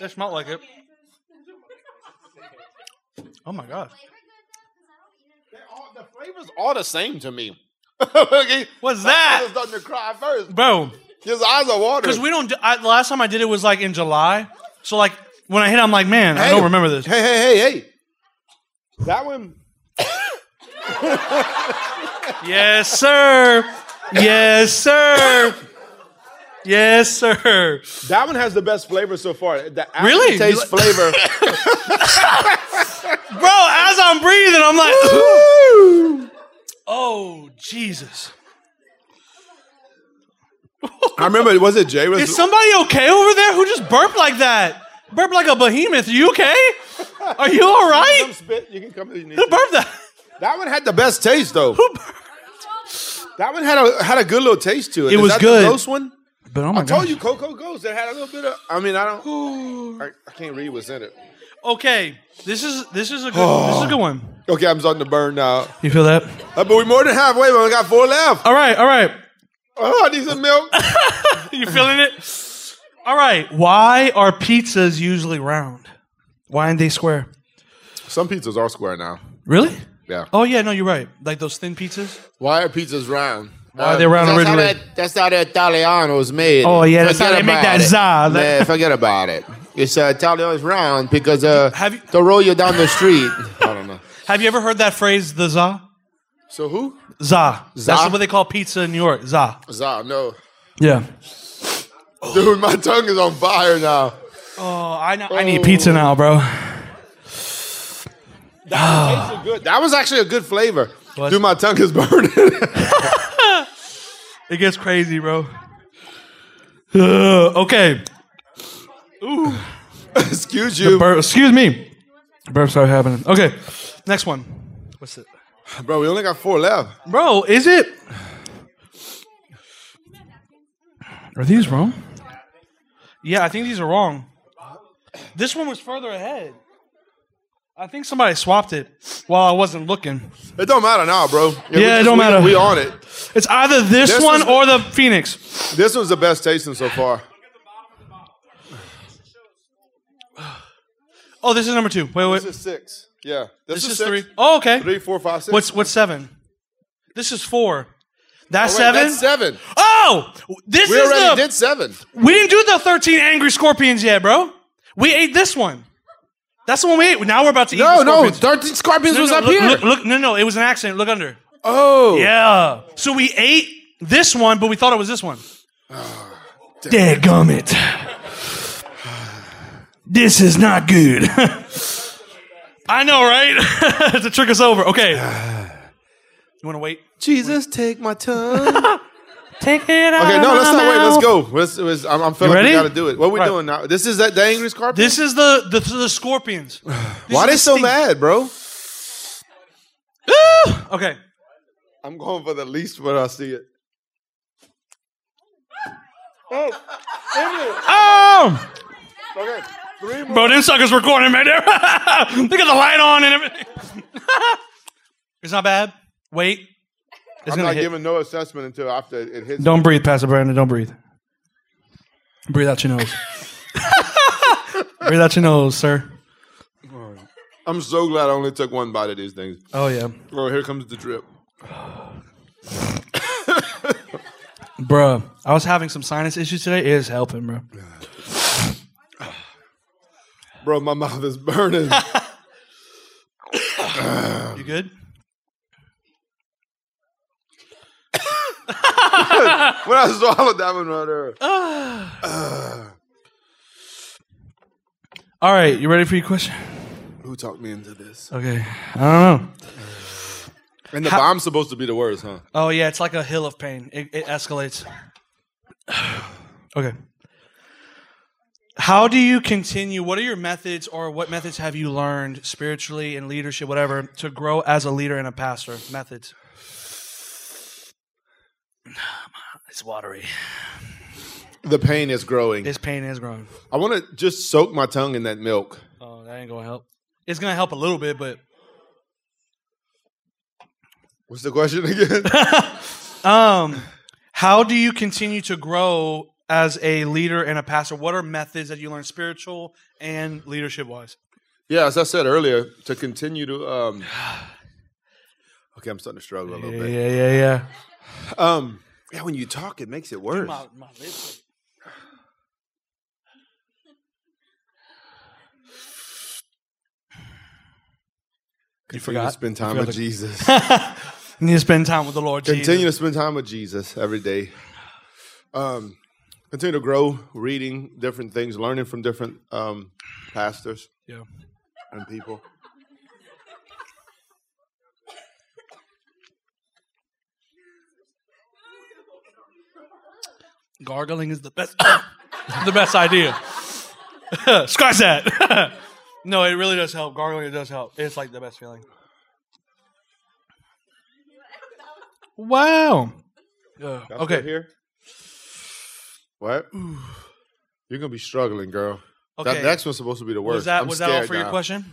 S2: That smelled like it. Oh my god.
S1: All- the flavors all the same to me. [LAUGHS] okay.
S2: What's
S1: I was
S2: that?
S1: starting to cry first.
S2: Bro,
S1: His eyes are watering.
S2: because we don't. do- I, the last time I did it was like in July. So, like, when I hit it, I'm like, man, I
S1: Hey.
S2: don't remember this.
S1: Hey, hey, hey, hey. That one.
S2: Yes, sir. Yes, sir. Yes, sir.
S1: That one has the best flavor so far. The
S2: Really?
S1: taste
S2: [LAUGHS]
S1: flavor.
S2: Bro, as I'm breathing, I'm like, [GASPS] oh, Jesus.
S1: I remember. Was it Jay? Was
S2: Is somebody okay over there who just burped like that? Burped like a behemoth. you okay? Are you all
S1: Come
S2: right?
S1: spit. You can come. if you need
S2: Who
S1: to.
S2: burped that?
S1: That one had the best taste though.
S2: Who burped?
S1: That one had a had a good little taste to it.
S2: It
S1: Is
S2: was
S1: that
S2: good.
S1: The ghost one.
S2: But oh my
S1: I told you, Coco Ghost. It had a little bit of. I mean, I don't. I, I can't read what's in it.
S2: Okay, this is this is a good
S1: [SIGHS]
S2: this is a good one.
S1: Okay, I'm starting to burn now.
S2: You feel that?
S1: Uh, but we more than halfway. We only got four left.
S2: All right, all right.
S1: Oh, I need some milk.
S2: You feeling it? All right. Why are pizzas usually round? Why aren't they square?
S1: some pizzas are square now.
S2: Really?
S1: Yeah.
S2: Oh yeah, no, you're right. Like those thin pizzas.
S1: Why are pizzas round?
S2: are they round
S1: That's how,
S2: originally?
S1: that, that's how the Italiano's made.
S2: Oh, yeah, that's how
S1: Forget
S2: they make
S1: about
S2: that
S1: it.
S2: za, that-
S1: Man, forget about it. It's uh, Italiano's round because uh,
S2: Have you-
S1: they'll roll you down the street. [LAUGHS] I don't know.
S2: Have you ever heard that phrase, the za?
S1: So who?
S2: Za.
S1: Za?
S2: That's what they call pizza in New York. Za.
S1: Za, no.
S2: Yeah.
S1: Dude, my tongue is on fire now.
S2: Oh, I, know, I need pizza now, bro.
S1: That was actually good. That was actually a good flavor.
S2: Was-
S1: Dude, my tongue is [LAUGHS] burning.
S2: It gets crazy, bro. Ugh, okay.
S1: [LAUGHS] Excuse you,
S2: Bur- excuse me. Burps are happening. Okay. Next one. What's it?
S1: bro. We only got four left.
S2: Bro, is it? Are these wrong? Yeah, I think these are wrong. This one was further ahead. I think somebody swapped it while I wasn't looking.
S1: It don't matter now, bro. Yeah, we
S2: it don't
S1: we-
S2: matter.
S1: We on it.
S2: It's either this,
S1: This
S2: one
S1: is-
S2: or the Phoenix.
S1: This was the best tasting so far.
S2: Oh, this is number two. Wait, wait.
S1: This is six. Yeah, this,
S2: This
S1: is
S2: is
S1: six.
S2: three. Oh, okay.
S1: Three, four, five, six.
S2: What's what's seven? This is four. That's
S1: Wait,
S2: seven.
S1: That's seven.
S2: Oh, this
S1: We
S2: is
S1: already
S2: the.
S1: did seven.
S2: We didn't do the thirteen angry scorpions yet, bro. We ate this one. That's the one we ate. Now we're about to eat.
S1: No,
S2: the
S1: no,
S2: scorpions.
S1: thirteen scorpions was
S2: no,
S1: up
S2: look,
S1: here.
S2: Look, look, no, no, it was an accident. Look under.
S1: oh,
S2: Yeah. So we ate this one, but we thought it
S1: [SIGHS]
S2: was this one. Dead gummit. This is not good. [LAUGHS] I know, right? [LAUGHS] to trick us over. Okay. You want to wait?
S1: Jesus, take my tongue.
S2: Take it out.
S1: Okay, no, let's not wait. Let's [LAUGHS] go. Let's, let's, I'm, I'm feeling
S2: You
S1: like we
S2: ready?
S1: got to do it. What we
S2: Right.
S1: doing now? This is that the angry scorpion.
S2: This is the the, the
S1: [SIGHS]
S2: scorpions. This
S1: Why
S2: is
S1: they
S2: the
S1: so
S2: sting-
S1: mad, bro?
S2: Ooh! Okay.
S1: I'm going for the least when I see it.
S2: Oh,
S1: Okay, three more.
S2: bro, them suckers recording [LAUGHS] right there. they got the light on and everything. [LAUGHS] it's not bad. Wait. It's
S1: I'm
S2: gonna
S1: not
S2: hit.
S1: giving no assessment until after it hits.
S2: Don't breathe, Pastor Brandon. Don't breathe. Breathe out your [LAUGHS] nose. breathe out your nose, sir.
S1: I'm so glad I only took one bite of these things.
S2: Oh yeah,
S1: Bro, here comes the drip.
S2: bruh. I was having some sinus issues today. It is helping, bro.
S1: Bro, my [LAUGHS] mouth is
S2: [LAUGHS]
S1: burning.
S2: You good?
S1: when I swallowed that one right there.
S2: All right. You ready for your question?
S1: Who talked me into this?
S2: Okay. I don't know.
S1: And the bomb's supposed to be the worst, huh?
S2: Oh yeah, it's like a hill of pain. It, it escalates. [SIGHS] okay. How do you continue? What are your methods, or what methods have you learned spiritually in leadership, whatever, to grow as a leader and a pastor? Methods. [SIGHS] It's watery.
S1: The pain is growing.
S2: This pain is growing.
S1: I want to just soak my tongue in that milk.
S2: Oh, that ain't gonna help. It's gonna help a little bit, but
S1: What's the question [LAUGHS]
S2: [LAUGHS]
S1: again?
S2: um, how do you continue to grow as a leader and a pastor? What are methods that you learn spiritual and leadership wise?
S1: Yeah, as I said earlier, to continue to um [SIGHS] Okay, I'm starting to struggle a little bit.
S2: Yeah, yeah, yeah.
S1: Um yeah, when you talk it makes it worse.
S2: My, my lips.
S1: You
S2: forgot.
S1: to spend time
S2: forgot
S1: with
S2: to- [LAUGHS]
S1: Jesus.
S2: You need to spend time with the Lord.
S1: continue
S2: Jesus.
S1: to spend time with Jesus every day. Um continue to grow, reading different things, learning from different um pastors
S2: Yeah.
S1: and people.
S2: Gargling is the best. [COUGHS] the best idea. [LAUGHS] Scratch that. [LAUGHS] no, it really does help. Gargling it does help. It's like the best feeling. Wow. Yeah.
S1: Y'all still
S2: okay.
S1: here. What? [SIGHS] You're gonna be struggling, girl.
S2: Okay.
S1: That next one's supposed to be the worst.
S2: Was that
S1: I'm
S2: was that all
S1: scared
S2: for your
S1: now.
S2: question?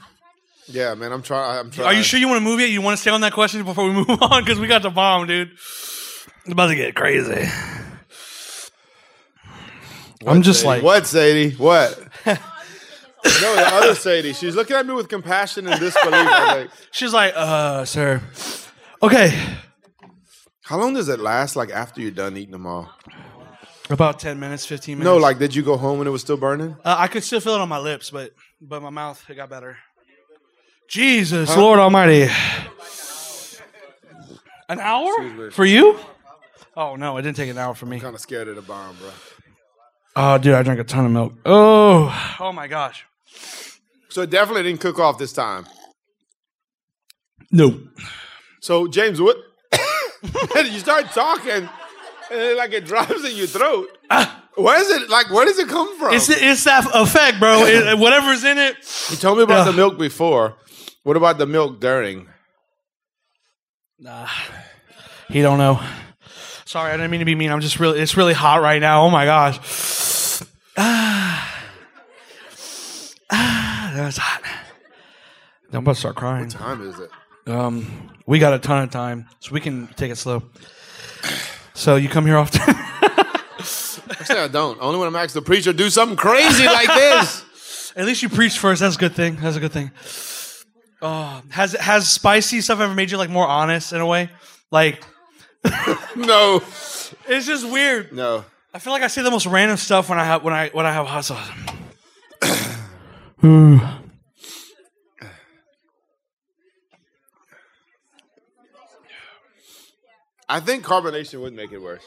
S1: Yeah, man. I'm trying. I'm trying.
S2: Are you sure you want to move yet? You want to stay on that question before we [LAUGHS] move on? Because we got the bomb, dude. It's about to get crazy. I'm just like,
S1: What, Sadie?
S2: [LAUGHS]
S1: What? no, the other Sadie. She's looking at me with compassion and disbelief. I'm like,
S2: she's like, uh, sir. Okay,
S1: how long does it last? Like after you're done eating them all?
S2: about 10 minutes, 15 minutes. [LAUGHS]
S1: No, like did you go home and it was still burning?
S2: uh, I could still feel it on my lips, but but my mouth it got better. Jesus, Lord Almighty. An hour for you? Oh no, it didn't take an hour for me.
S1: Kind of scared of the bomb, bro.
S2: Oh, dude, I drank a ton of milk. Oh, oh my gosh.
S1: So it definitely didn't cook off this time.
S3: No.
S1: Oh, So James, what? [LAUGHS] you start talking, and it, like it drops in your throat. Where is it? Like, where does it come from?
S2: It's it's that effect, bro. It, whatever's in it.
S1: you told me about the milk before. What about the milk during?
S2: He don't know. Sorry, I didn't mean to be mean. I'm just really it's really hot right now. Oh my gosh. [SIGHS] Ah. Ah, that was hot. I'm about to start crying.
S1: Time is it?
S2: Um, we got a ton of time, so we can take it slow. So you come here often. [LAUGHS]
S1: Actually, I don't. Only when I'm asked the preacher do something crazy like this.
S2: At least you preach first. That's a good thing. That's a good thing. Oh, has has spicy stuff ever made you like more honest in a way? Like
S1: [LAUGHS] No,
S2: it's just weird.
S1: no.
S2: I feel like I say the most random stuff when I have when I when I have hot sauce.
S1: I think carbonation would make it worse.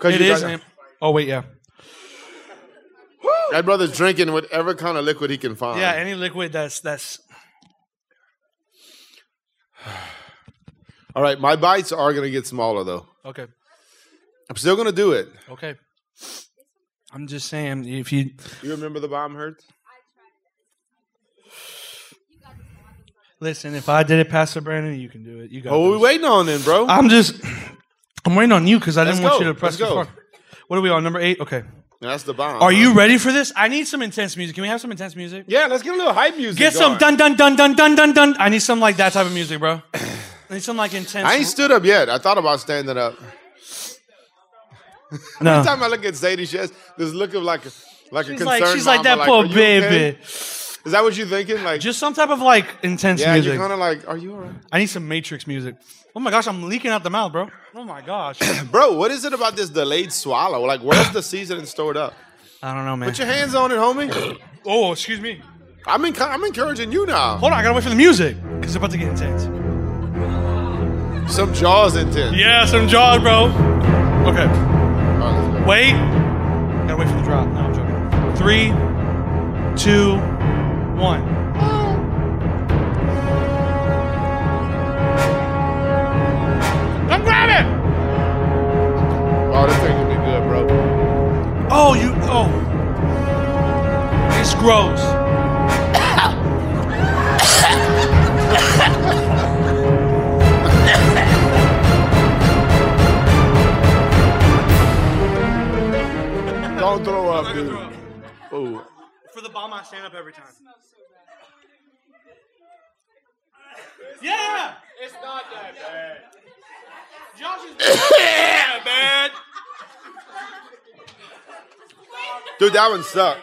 S1: Cause
S2: It
S1: you
S2: is.
S1: got-
S2: man. Oh wait, yeah,
S1: that brother's drinking whatever kind of liquid he can find.
S2: yeah. Any liquid that's that's
S1: All right, my bites are gonna get smaller though.
S2: okay.
S1: I'm still gonna do it.
S2: Okay. I'm just saying, if you
S1: You remember the bomb hurts?
S2: listen, if I did it, Pastor Brandon, you can do it. You got.
S1: Oh, we
S2: this.
S1: waiting on then, bro.
S2: I'm just. I'm waiting on you because I didn't
S1: Let's
S2: want
S1: go.
S2: you to press
S1: Let's go.
S2: the button. What are we on? Number eight. Okay.
S1: That's the bomb.
S2: Are you ready for this? I need some intense music. Can we have some intense music?
S1: Yeah, let's get a little hype music.
S2: Get some
S1: going.
S2: dun dun dun dun dun dun dun. I need some like that type of music, bro. I need some like intense.
S1: I ain't stood up yet. I thought about standing up. [LAUGHS]
S2: no.
S1: Every time I look at Zadie, she has this look of like, like a
S2: She's
S1: concerned
S2: like, she's like
S1: mama,
S2: that poor
S1: "Are you okay?"
S2: baby.
S1: Is that what you're thinking? Like,
S2: Just some type of like intense
S1: yeah,
S2: music.
S1: you're kind of like, are you all right?
S2: I need some Matrix music. Oh my gosh, I'm leaking out the mouth, bro. Oh my gosh. [COUGHS] I
S1: Bro, what is it about this delayed swallow? Like, where's the seasoning stored up?
S2: don't know, man.
S1: Put your hands on it, homie.
S2: Oh, excuse me.
S1: I'm, enc- I'm encouraging you now.
S2: Hold on, I gotta wait for the music because it's about to get intense.
S1: Some jaws intent.
S2: Yeah, some jaws, bro. Okay,
S1: Yeah.
S2: wait. Gotta wait for the drop. No, I'm joking. Three, two, one. I'm grabbing.
S1: Oh, this thing gonna be good, bro.
S2: Oh, you. Oh, it's gross.
S1: Don't throw up, dude. Ooh.
S2: For the bomb, I stand up every time. [LAUGHS] Yeah! It's not that bad. Josh is. [COUGHS] yeah, man!
S1: Dude, that one sucked.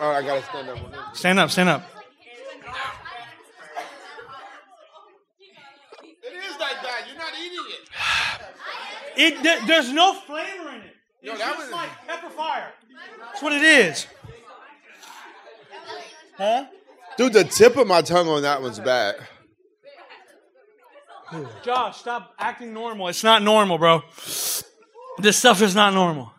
S1: All right, I gotta stand up.
S2: Stand up, stand up.
S1: It is like that. You're not eating it.
S2: It, there- there's no flavor in it.
S1: Yo,
S2: It's
S1: that
S2: just
S1: was-
S2: like pepper fire. That's what it is. Huh?
S1: Dude, the tip of my tongue on that one's bad.
S2: Josh, stop acting normal. It's not normal, bro. This stuff is not normal.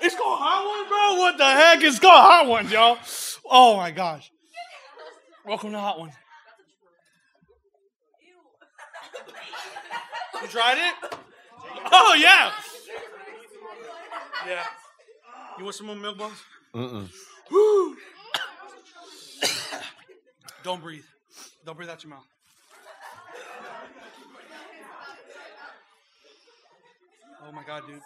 S2: It's called hot one, bro. What the heck? It's called hot one, y'all. Oh my gosh. Welcome to hot one. You tried it? Oh yeah. Yeah. You want some more milk bones? Don't breathe. Don't breathe out your mouth. Oh my god, dude.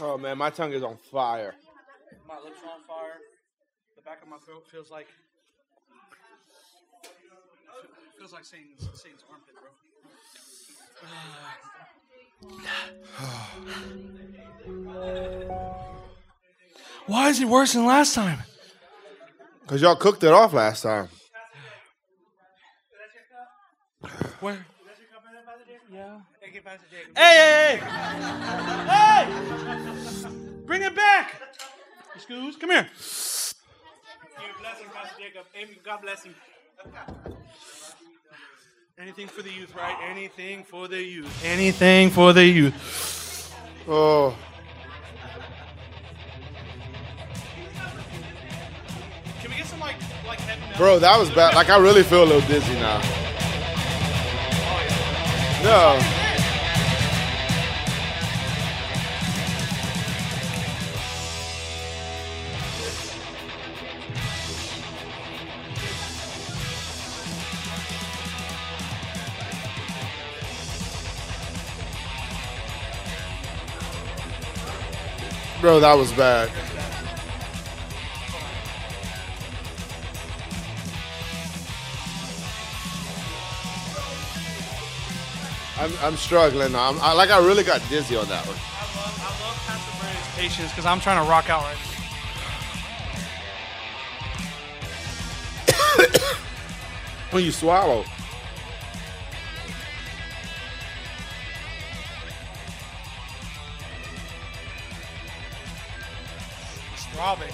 S1: Oh man, my tongue is on fire.
S2: My lips are on fire. The back of my throat feels like feels like Satan's, Satan's armpit, bro. [SIGHS] Why is it worse than last time?
S1: Cause y'all cooked it off last time.
S2: Where? Yeah. Hey, hey, hey! hey! Bring it back! Excuse, come here.
S4: Bless him, Pastor Jacob. Amen. God bless him.
S2: Anything for the youth, right? Anything for the youth. Anything for the youth.
S1: Oh.
S2: Can we get some like like heavy metal?
S1: Bro, that was bad. Like I really feel a little dizzy now. Oh, No. Bro, that was bad. I'm, I'm struggling. now. I'm, I, like I really got dizzy on that one.
S2: I love I love Pastor Brandon's patience because I'm trying to rock out right. now.
S1: When you swallow.
S2: It's throbbing.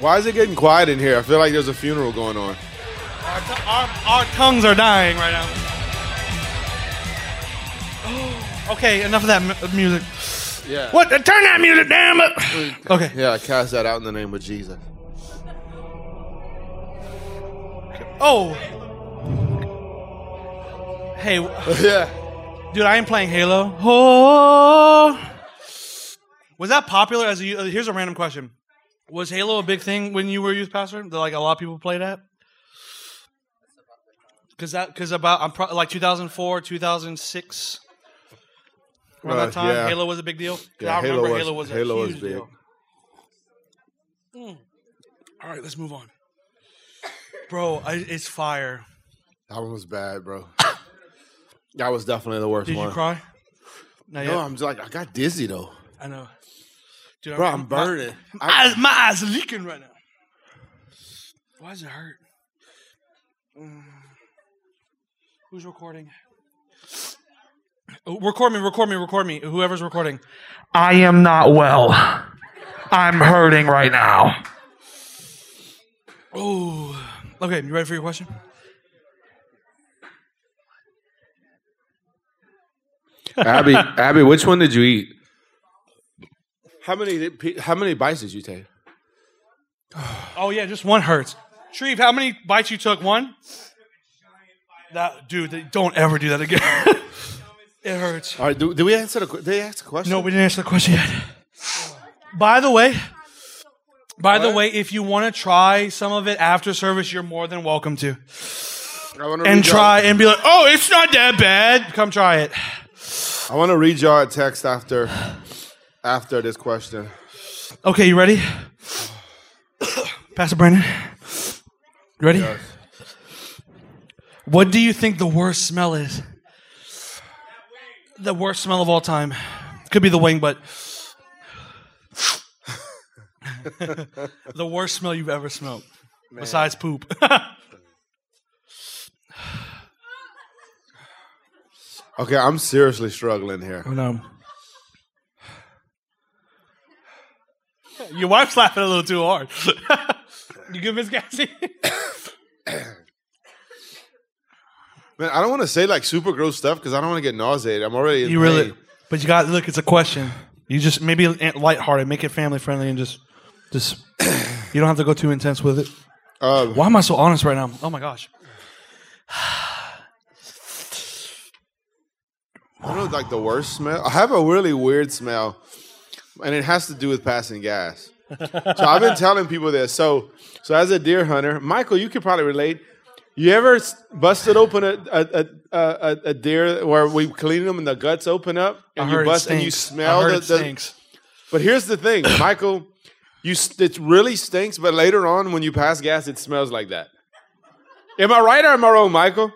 S1: Why is it getting quiet in here? I feel like there's a funeral going on.
S2: Our, t- our, our tongues are dying right [GASPS] now. Oh, okay, enough of that mu- music.
S1: Yeah.
S2: What? Turn that music down. Okay.
S1: Yeah, I cast that out in the name of Jesus.
S2: Oh. Hey,
S1: [LAUGHS] yeah.
S2: dude, I ain't playing Halo. Oh. Was that popular as a you- uh, here's a random question. Was Halo a big thing when you were a youth pastor? That like a lot of people played at? Cuz that cuz about I'm pro- like 2004, 2006. Around
S1: Uh,
S2: that time,
S1: yeah.
S2: Halo was a big deal. 'Cause
S1: Yeah,
S2: I
S1: Halo
S2: remember
S1: was-
S2: Halo was a
S1: Halo was
S2: huge
S1: big.
S2: deal. Mm. All right, let's move on. Bro, I, it's fire.
S1: That one was bad, [COUGHS] bro. That was definitely the worst
S2: Did
S1: one.
S2: you cry? Not yet.
S1: No, I'm just like I got dizzy though.
S2: I know. Dude,
S1: Bro, I'm burning.
S2: My, my eyes, my eyes are leaking right now. Why does it hurt? Mm. Who's recording? Oh, Record me, record me, record me. Whoever's recording. I am not well. I'm hurting right now. Oh, okay. You ready for your question?
S1: Abby, Abby, which one did you eat? How many did pe- how many bites did you take?
S2: Oh yeah, just one hurts. Shreve, how many bites you took? One. That dude, they- don't ever do that again. [LAUGHS] it hurts.
S1: All right, do, did we answer the que- they asked a question?
S2: No, we didn't answer the question yet. By the way, by the
S1: What?
S2: way, if you want to try some of it after service, you're more than welcome to.
S1: I wanna
S2: And
S1: read y'all-
S2: try and be like, oh, it's not that bad. Come try it.
S1: I want to read y'all a text after after this question.
S2: Okay, you ready? Pastor Brandon, you ready? What do you think the worst smell is? The worst smell of all time. Could be the wing, but [LAUGHS] the worst smell you've ever smelled. Besides poop.
S1: Okay, I'm seriously struggling here.
S2: no. Your wife's laughing a little too hard. [LAUGHS] you good, Miss Cassie?
S1: Man, I don't want to say like super gross stuff because I don't want to get nauseated. I'm already in
S2: you really,
S1: pain.
S2: but you got look. It's a question. You just maybe lighthearted, make it family friendly, and just, [CLEARS THROAT] just you don't have to go too intense with it.
S1: Um,
S2: Why am I so honest right now? Oh my gosh.
S1: I don't know, like the worst smell. I have a really weird smell, and it has to do with passing gas. so I've been telling people this. So, so as a deer hunter, Michael, you could probably relate. You ever s- busted open a a, a, a a deer where we clean them and the guts open up, and
S2: I
S1: you
S2: heard it
S1: bust and you
S2: stinks. I
S1: smell
S2: heard
S1: the,
S2: it
S1: the-
S2: stinks.
S1: But here's the thing, Michael, you s- it really stinks. But later on, when you pass gas, it smells like that. Am I right or am I wrong, Michael?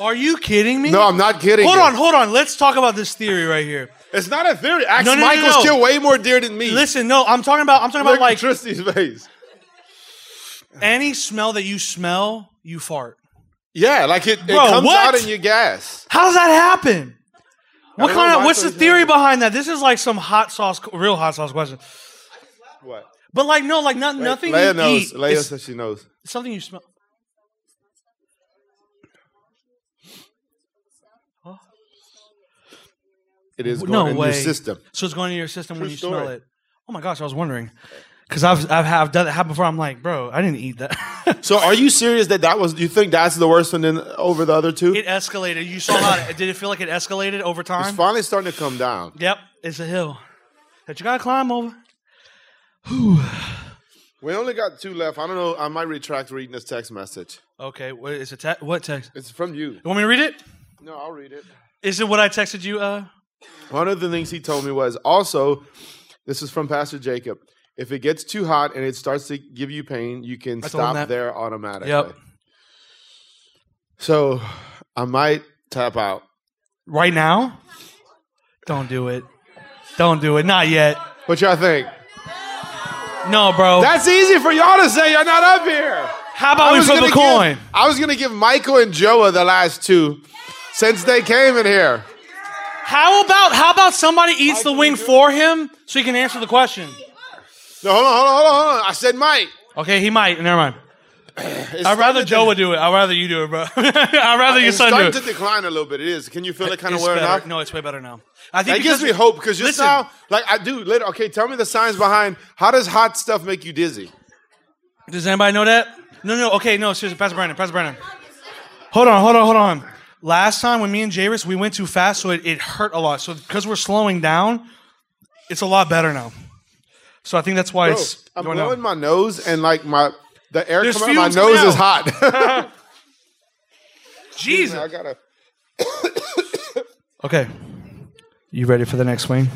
S2: Are you kidding me?
S1: No, I'm not kidding.
S2: Hold
S1: you.
S2: on, hold on. Let's talk about this theory right here.
S1: It's not a theory. Ask
S2: No, no, no,
S1: Michael's
S2: no.
S1: still way more deer than me.
S2: Listen, no, I'm talking about I'm talking
S1: Look at
S2: about like
S1: Tristy's face.
S2: any smell that you smell, you fart.
S1: Yeah, like it, it
S2: Bro,
S1: comes
S2: what?
S1: out in your gas.
S2: How does that happen? What
S1: don't
S2: kind
S1: know
S2: of
S1: why
S2: what's
S1: so
S2: the
S1: it's
S2: theory
S1: happening.
S2: behind that? This is like some hot sauce, real hot sauce question.
S1: What?
S2: But like no, like not, nothing
S1: Leia
S2: you
S1: knows.
S2: eat.
S1: Leia
S2: is
S1: says she knows.
S2: something you smell. Huh?
S1: It is going
S2: No
S1: in
S2: way.
S1: your system.
S2: So it's going into your system when
S1: True
S2: you smell
S1: story.
S2: it. Oh my gosh, I was wondering because I've I've have done that before. I'm like, bro, I didn't eat that. [LAUGHS]
S1: So are you serious that that was? You think that's the worst one than over the other two?
S2: it escalated. You saw how it, did it feel like it escalated over
S1: it's
S2: time?
S1: finally starting to come down.
S2: Yep, it's a hill that you gotta climb over.
S1: We only got two left. I don't know. I might retract reading this text message.
S2: Okay, what is it? Te- what text?
S1: It's from you.
S2: You want me to read it?
S1: No, I'll read it.
S2: Is it what I texted you? Uh,
S1: One of the things he told me was also, this is from Pastor Jacob. If it gets too hot and it starts to give you pain, you can
S2: him
S1: stop
S2: that.
S1: there automatically.
S2: Yep.
S1: So I might tap out.
S2: right now? Don't do it. Don't do it. Not yet.
S1: What y'all think?
S2: No, bro.
S1: That's easy for y'all to say. You're not up here.
S2: How about we flip
S1: gonna
S2: a coin?
S1: Give, I was gonna give Michael and Joa the last two since they came in here.
S2: How about how about somebody eats the wing for him so he can answer the question?
S1: No, hold on, hold on, hold on, hold on. I said Mike.
S2: Okay, he might. Never mind.
S1: It's
S2: I'd
S1: starting
S2: rather
S1: to
S2: Joe would do it. I'd rather you do it, bro. [LAUGHS] I'd rather
S1: de-
S2: your
S1: It's
S2: son
S1: starting
S2: do
S1: to
S2: it.
S1: decline a little bit. It is. Can you feel it kind of
S2: It's
S1: wearing
S2: better.
S1: off?
S2: No, it's way better now. I think
S1: It gives
S2: because-
S1: me hope because just
S2: Listen.
S1: now, like I do. Later, okay. Tell me the science behind how does hot stuff make you dizzy?
S2: Does anybody know that? No, no. Okay, no. Seriously, Pastor Brandon. Pastor Brandon. Hold on, hold on, hold on. Last time when me and Jairus we went too fast, so it, it hurt a lot. So because we're slowing down, it's a lot better now. So I think that's why
S1: Bro,
S2: it's
S1: I'm
S2: going
S1: blowing
S2: up.
S1: my nose and like my the air
S2: There's
S1: coming out of
S2: fumes
S1: my
S2: coming
S1: nose is
S2: out.
S1: hot.
S2: [LAUGHS] Jesus.
S1: I gotta.
S2: Okay. You ready for the next swing?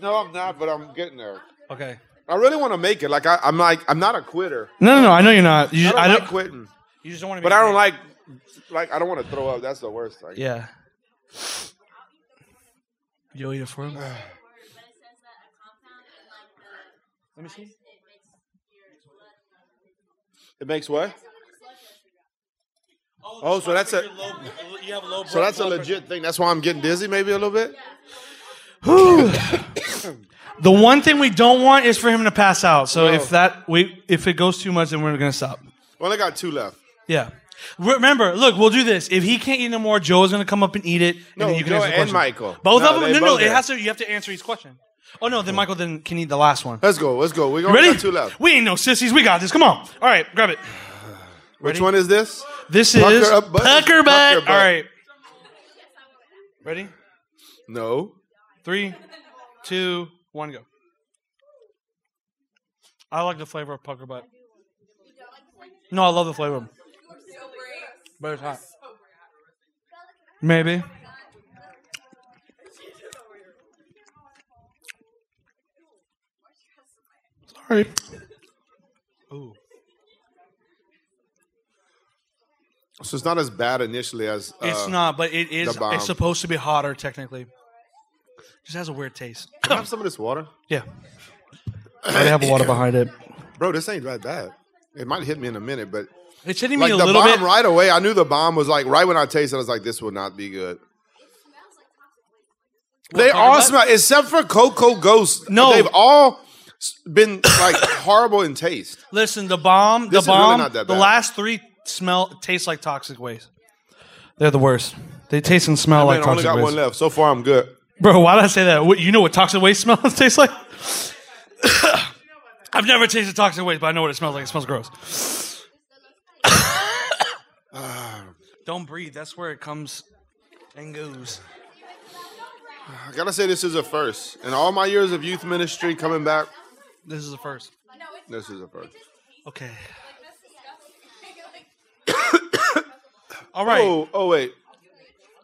S1: No, I'm not, but I'm getting there.
S2: Okay.
S1: I really want to make it. Like I, I'm like I'm not a quitter.
S2: No, no, no. I know you're not. You
S1: I
S2: just,
S1: don't
S2: I don't,
S1: like quitting.
S2: you just don't want to.
S1: But I don't like, like I don't want to throw up. That's the worst thing.
S2: Yeah. You'll eat it for him. Let me see.
S1: It makes what? Oh, so that's a
S2: You have low.
S1: so that's a legit thing. That's why I'm getting dizzy, maybe a little bit.
S2: The one thing we don't want is for him to pass out. So
S1: No.
S2: if that we if it goes too much, then we're gonna stop.
S1: Well, I got two left.
S2: Yeah. Remember, look, we'll do this. If he can't eat no more, Joe's gonna come up and eat it, and
S1: No,
S2: then you can
S1: Joe
S2: answer the
S1: and
S2: question.
S1: Michael.
S2: Both
S1: No,
S2: of them.
S1: they
S2: No, no,
S1: both
S2: it
S1: there.
S2: has to. You have to answer each question. Oh no, then Michael then can eat the last one.
S1: Let's go. Let's go. We only
S2: Ready?
S1: got two left.
S2: We ain't no sissies. We got this. Come on. All right, grab it.
S1: Which one is this?
S2: This
S1: Pucker
S2: is
S1: up butt.
S2: pucker butt.
S1: Pucker butt.
S2: All right. Ready?
S1: No.
S2: Three, two, one, go. I like the flavor of pucker butt. No, I love the flavor, but it's hot. Maybe. Sorry. Ooh.
S1: So it's not as bad initially as uh,
S2: It's not, but it is.
S1: the bomb.
S2: It's supposed to be hotter technically. Just has a weird taste.
S1: Can I have some of this water, [COUGHS]
S2: Yeah. I already have water behind it.
S1: bro. This ain't that bad. It might hit me in a minute, but
S2: It's hitting me
S1: like
S2: a
S1: the
S2: little
S1: bomb
S2: bit.
S1: right away. I knew the bomb was like right when I tasted. it, I was like, this will not be good. They
S2: Pucker
S1: all
S2: Butt?
S1: smell, except for Cocoa Ghost.
S2: No.
S1: they've all s- been like [COUGHS] horrible in taste.
S2: Listen, the bomb,
S1: This
S2: the
S1: is really
S2: bomb,
S1: not that
S2: the
S1: bad.
S2: last three smell taste like toxic waste. They're the worst. They taste and smell like
S1: Man, I only got
S2: toxic waste.
S1: one left. So far, I'm good.
S2: Bro, why did I say that? What, you know what toxic waste [LAUGHS] smells tastes like? [COUGHS] I've never tasted toxic waste, but I know what it smells like. It smells gross. [COUGHS] Don't breathe. That's where it comes and goes.
S1: I gotta say, this is a first. In all my years of youth ministry, coming back,
S2: This is the first.
S1: this is a first.
S2: Okay. [COUGHS] All right.
S1: Oh, oh wait,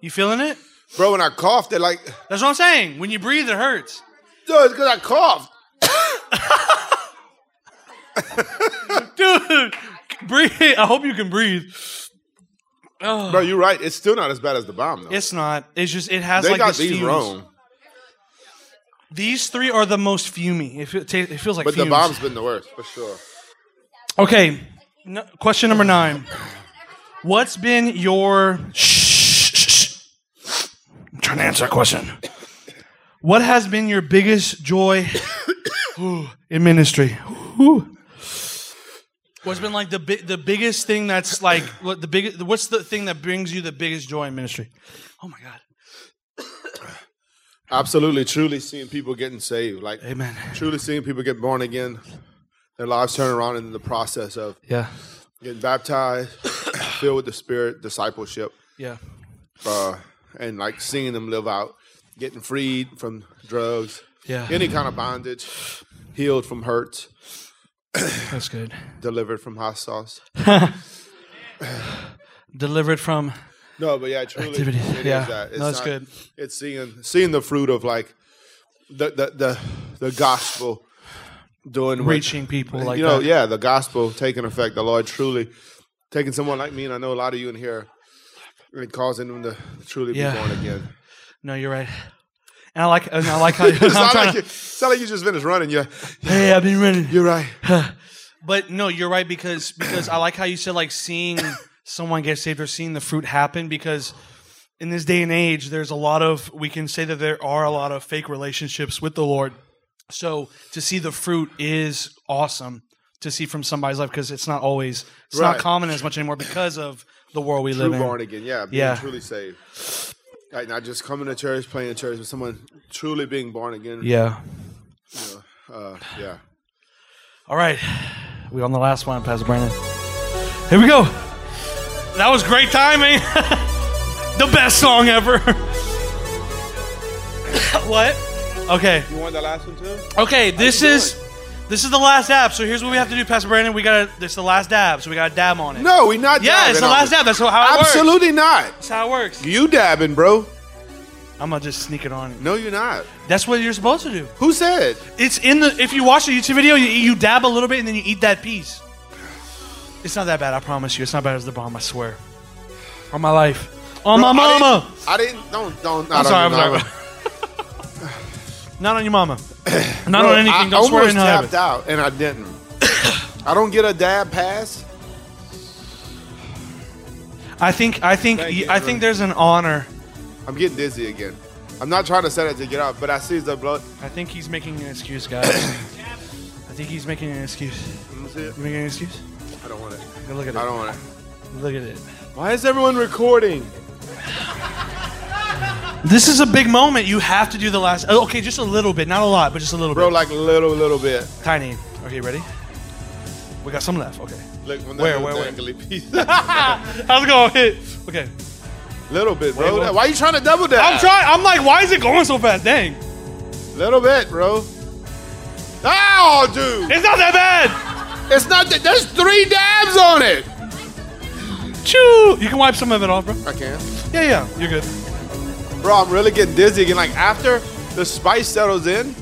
S2: You feeling it?
S1: bro. When I coughed, it like,
S2: That's what I'm saying. When you breathe, it hurts.
S1: dude, it's because I coughed.
S2: Dude, [LAUGHS] breathe. I hope you can breathe. Oh,
S1: Bro, you're right. It's still not as bad as the bomb, though.
S2: it's not. It's just it has
S1: they
S2: like
S1: got
S2: this
S1: these
S2: fumes.
S1: wrong,
S2: These three are the most fumey. It, fe- ta- it feels like
S1: but
S2: fumes.
S1: the bomb's been the worst for sure.
S2: Okay. No, question number nine. What's been your? Shh, shh, shh. I'm trying to answer a question. What has been your [COUGHS] biggest joy Ooh, in ministry? Ooh. What's been like the bi- the biggest thing that's like what the big what's the thing that brings you the biggest joy in ministry? Oh my God,
S1: Absolutely, truly seeing people getting saved, like
S2: Amen.
S1: truly seeing people get born again, their lives turn around in the process of
S2: Yeah,
S1: getting baptized, [COUGHS] filled with the Spirit, discipleship,
S2: yeah,
S1: uh, and like seeing them live out, getting freed from drugs,
S2: Yeah.
S1: any kind of bondage, healed from hurts,
S2: that's good.
S1: delivered from hot sauce.
S2: Delivered from
S1: No, but yeah, truly,
S2: Activity.
S1: it is
S2: Yeah.
S1: that.
S2: No, that's good.
S1: It's seeing seeing the fruit of like the the the, the gospel doing what-
S2: reaching people like
S1: you know,
S2: that.
S1: yeah, the gospel taking effect. The Lord truly taking someone like me, and I know a lot of you in here, and causing them to truly
S2: Yeah.
S1: be born again.
S2: [LAUGHS] No, you're right. And I like and I like
S1: [LAUGHS]
S2: how [LAUGHS] I'm
S1: It's not,
S2: trying
S1: like
S2: to-
S1: you, it's not like you just finished running. Yeah,
S2: Hey, I've been running.
S1: you're
S2: [LAUGHS]
S1: right.
S2: But no, you're right because because I like how you said like seeing someone get saved or seeing the fruit happen because in this day and age there's a lot of we can say that there are a lot of fake relationships with the Lord. So to see the fruit is awesome to see from somebody's life because it's not always it's not
S1: Right.
S2: common as much anymore because of the world we
S1: True
S2: live in.
S1: born again. Yeah, being
S2: Yeah.
S1: truly saved. Like not just coming to church, playing in church, but someone truly being born again.
S2: Yeah.
S1: uh, yeah.
S2: All right. We on the last one, Pastor Brandon. Here we go. That was great timing. [LAUGHS] the best song ever. [LAUGHS] what? Okay.
S1: You want that last one too?
S2: Okay, this is this is the last dab. So here's what we have to do, Pastor Brandon. We gotta this is the last dab, so we gotta dab on it.
S1: No, we not.
S2: Yeah, it's
S1: dabbing
S2: the
S1: on
S2: last
S1: it.
S2: dab. That's how it works.
S1: Absolutely not.
S2: That's how it works.
S1: You dabbing, bro?
S2: I'm gonna just sneak it on.
S1: No, you're not.
S2: That's what you're supposed to do.
S1: Who said?
S2: It's in the if you watch a YouTube video, you, you dab a little bit and then you eat that piece. It's not that bad, I promise you. It's not bad as the bomb, I swear. On my life. On my
S1: Bro, I
S2: mama.
S1: didn't- I didn't. Don't. Don't.
S2: I'm
S1: not
S2: sorry,
S1: on
S2: I'm
S1: your
S2: sorry.
S1: mama.
S2: [LAUGHS] Not on your mama. Not
S1: Bro,
S2: on anything.
S1: I
S2: Don't swear
S1: almost
S2: in heaven.
S1: tapped out and I
S2: [COUGHS]
S1: didn't. I don't get a dab pass.
S2: I think I think
S1: Thank you,
S2: I
S1: bro.
S2: think there's an honor.
S1: I'm getting dizzy again. I'm not trying to set it to get out, but I see the blood.
S2: I think he's making an excuse, guys. I think he's making an excuse.
S1: Let me see it.
S2: You making an excuse?
S1: I don't want it.
S2: Go look at it.
S1: I don't want it.
S2: Look at it.
S1: Why is everyone recording?
S2: This is a big moment. You have to do the last. oh, Okay, just a little bit, not a lot, but just a little
S1: Bro,
S2: bit.
S1: like little, little bit.
S2: Tiny. Okay, ready? We got some left. Okay.
S1: Look, when that
S2: Where,
S1: little
S2: where,
S1: dangly piece. [LAUGHS]
S2: How's it going? Hit. Okay.
S1: little bit, bro.
S2: Wait, what?
S1: Why you trying to double dab?
S2: I'm trying. I'm like, why is it going so fast? Dang.
S1: Little bit, bro. Oh, dude.
S2: It's not that bad.
S1: It's not that. There's three dabs on it.
S2: Choo. You can wipe some of it off, bro.
S1: I can't.
S2: Yeah, yeah. You're good.
S1: Bro, I'm really getting dizzy again. Like, after the spice settles in,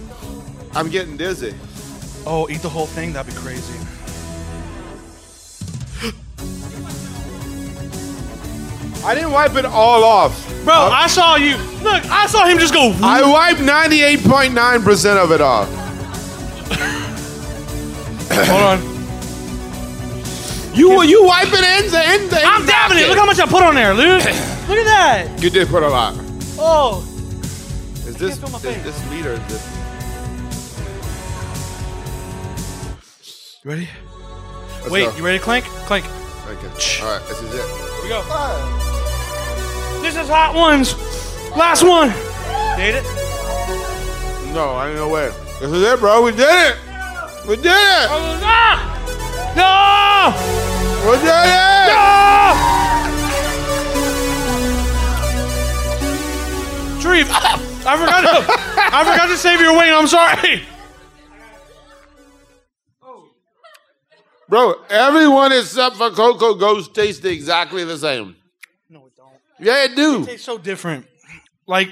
S1: I'm getting dizzy.
S2: Oh, eat the whole thing? That'd be crazy.
S1: I didn't wipe it all off.
S2: Bro, I saw you. Look, I saw him just go.
S1: I wiped 98.9% of it off.
S2: Hold on.
S1: You you wipe it in the end. The
S2: I'm dabbing it. Look how much I put on there, dude. Look at that.
S1: you did put a lot.
S2: Oh.
S1: Is this
S2: feel my
S1: is
S2: face.
S1: this meter? Is this?
S2: You ready?
S1: Let's
S2: Wait,
S1: go.
S2: you ready to clank? Clank.
S1: Okay. All right, this is it.
S2: Here we go. This is Hot Ones. Last one. Date it.
S1: No, I ain't no way. This is it, bro. We did it. We did
S2: Oh.
S1: it.
S2: Ah! No!
S1: We did it.
S2: Sharif, I forgot to, I forgot to save your wing. I'm sorry.
S1: Bro, everyone except for Coco Goes tastes exactly the same.
S2: No, it don't.
S1: Yeah, it do.
S2: Tastes so different. Like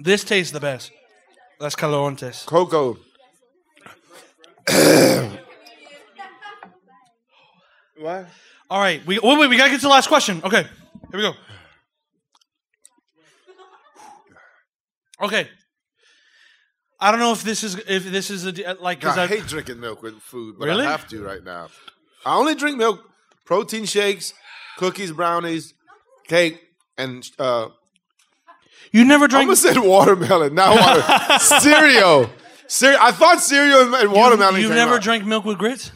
S2: this tastes the best. That's calorantes.
S1: Coco. what?
S2: All right, we wait, wait. We gotta get to the last question. Okay, here we go. Okay. I don't know if this is if this is a d- like because
S1: I hate drinking milk with food, but
S2: Really?
S1: I have to right now. I only drink milk, protein shakes, cookies, brownies, cake, and uh,
S2: you never
S1: I
S2: drank.
S1: almost said watermelon, not
S2: [LAUGHS]
S1: water. cereal. Cere- I thought cereal and, and watermelon.
S2: You
S1: came
S2: never
S1: out.
S2: drank milk with grits?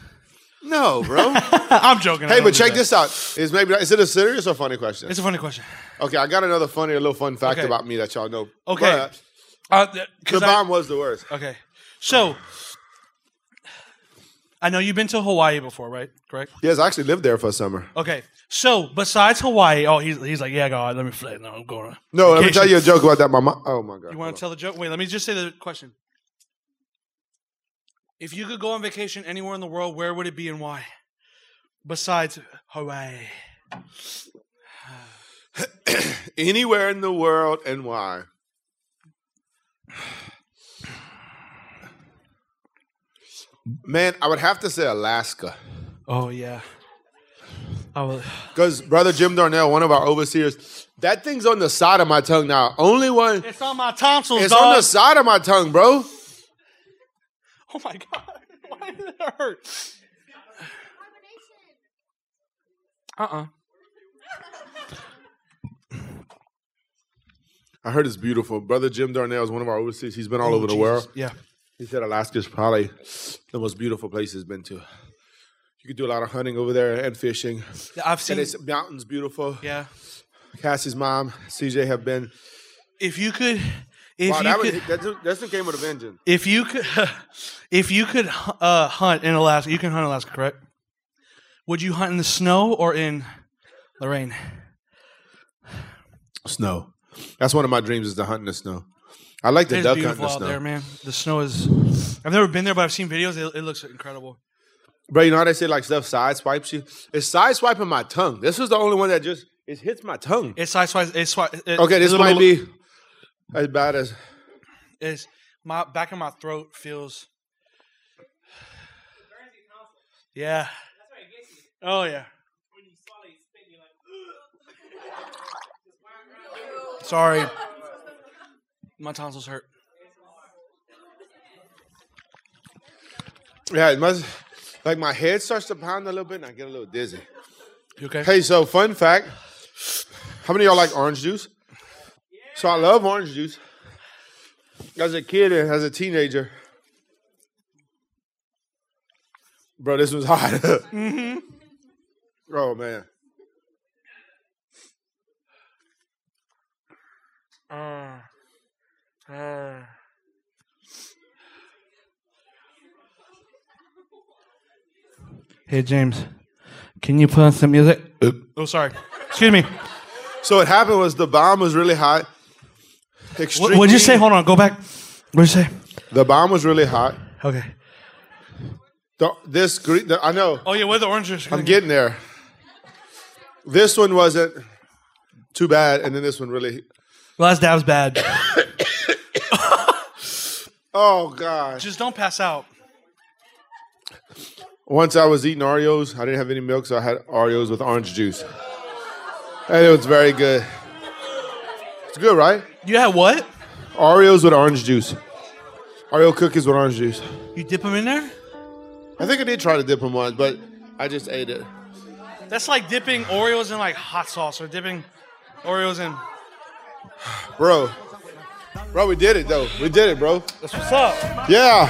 S1: No,
S2: [LAUGHS]
S1: bro.
S2: Uh, I'm joking. I
S1: hey,
S2: don't
S1: but
S2: do
S1: check
S2: that.
S1: this out. Is maybe is it a serious or funny question?
S2: It's a funny question.
S1: okay, I got another funny, a little fun fact
S2: Okay.
S1: about me that y'all know.
S2: Okay.
S1: But
S2: Uh, th-
S1: the
S2: 'cause I-
S1: bomb was the worst.
S2: okay. So, I know you've been to Hawaii before, right? Correct.
S1: Yes, I actually lived there for a summer.
S2: Okay. So, besides Hawaii, oh, he's, he's like, yeah, God, let me fly. No, I'm going. on
S1: No, let me
S2: vacation."
S1: tell you a joke about that. My mom. Oh my god.
S2: You want to tell the joke? Wait, let me just say the question. If you could go on vacation anywhere in the world, where would it be and why? Besides Hawaii.
S1: Anywhere in the world and why? Man, I would have to say Alaska.
S2: Oh yeah. Oh,
S1: Because brother Jim Darnell, one of our overseers, that thing's on the side of my tongue now. Only one.
S2: it's on my tonsils,
S1: It's
S2: dog.
S1: on the side of my tongue, bro.
S2: [LAUGHS] Oh my god! Why did that hurt? [SIGHS] Uh uh
S1: I heard it's beautiful. Brother Jim Darnell is one of our overseers. He's
S2: Oh,
S1: been all over the world.
S2: Yeah.
S1: He said Alaska's probably the most beautiful place he's been to. You could do a lot of hunting over there and fishing.
S2: I've seen.
S1: And it's mountains beautiful.
S2: yeah.
S1: Cassie's mom, CJ have been.
S2: If you could, if
S1: Wow,
S2: you
S1: that
S2: could,
S1: was that, just- that just came with a vengeance.
S2: if you could, [LAUGHS] if you could uh, hunt in Alaska, you can hunt in Alaska, correct? Would you hunt in the snow or in Lorraine?
S1: Snow. That's one of my dreams is to hunt in the snow. I like to
S2: It's
S1: duck hunt in
S2: beautiful
S1: the
S2: out
S1: snow.
S2: there, man. The snow is. I've never been there, but I've seen videos. It, it looks incredible.
S1: Bro, you know how they say like stuff side swipes you? It's side swiping my tongue. This is the only one that just it hits my tongue.
S2: It's size, size, it's swi- it-
S1: Okay, this
S2: it's
S1: might be as bad as
S2: Is my back of my throat feels. Yeah. Oh yeah. Sorry. My tonsils hurt.
S1: yeah, it must like my head starts to pound a little bit and I get a little dizzy.
S2: You okay?
S1: Hey, so fun fact. How many of y'all like orange juice? So I love orange juice. As a kid and as a teenager. Bro, this was [LAUGHS] hot. mm-hmm. Oh man.
S2: Uh, uh. Hey James, can you put on some music? Oh, sorry. Excuse me.
S1: So what happened was the bomb was really hot.
S2: What, what'd you say? Hold on. Go back. What'd you say?
S1: The bomb was really hot.
S2: Okay.
S1: The, this green, the, I know.
S2: Oh yeah, with the oranges.
S1: I'm getting there. This one wasn't too bad, and then this one really.
S2: Last dab's bad.
S1: Oh gosh!
S2: [COUGHS] Just don't pass out.
S1: Once I was eating Oreos. I didn't have any milk, so I had Oreos with orange juice, and it was very good. It's good, right?
S2: You had what?
S1: Oreos with orange juice. Oreo cookies with orange juice.
S2: You dip them in there?
S1: I think I did try to dip them once, but I just ate it.
S2: That's like dipping Oreos in like hot sauce or dipping Oreos in.
S1: Bro. Bro, we did it though. We did it, bro.
S2: That's what's up.
S1: Yeah.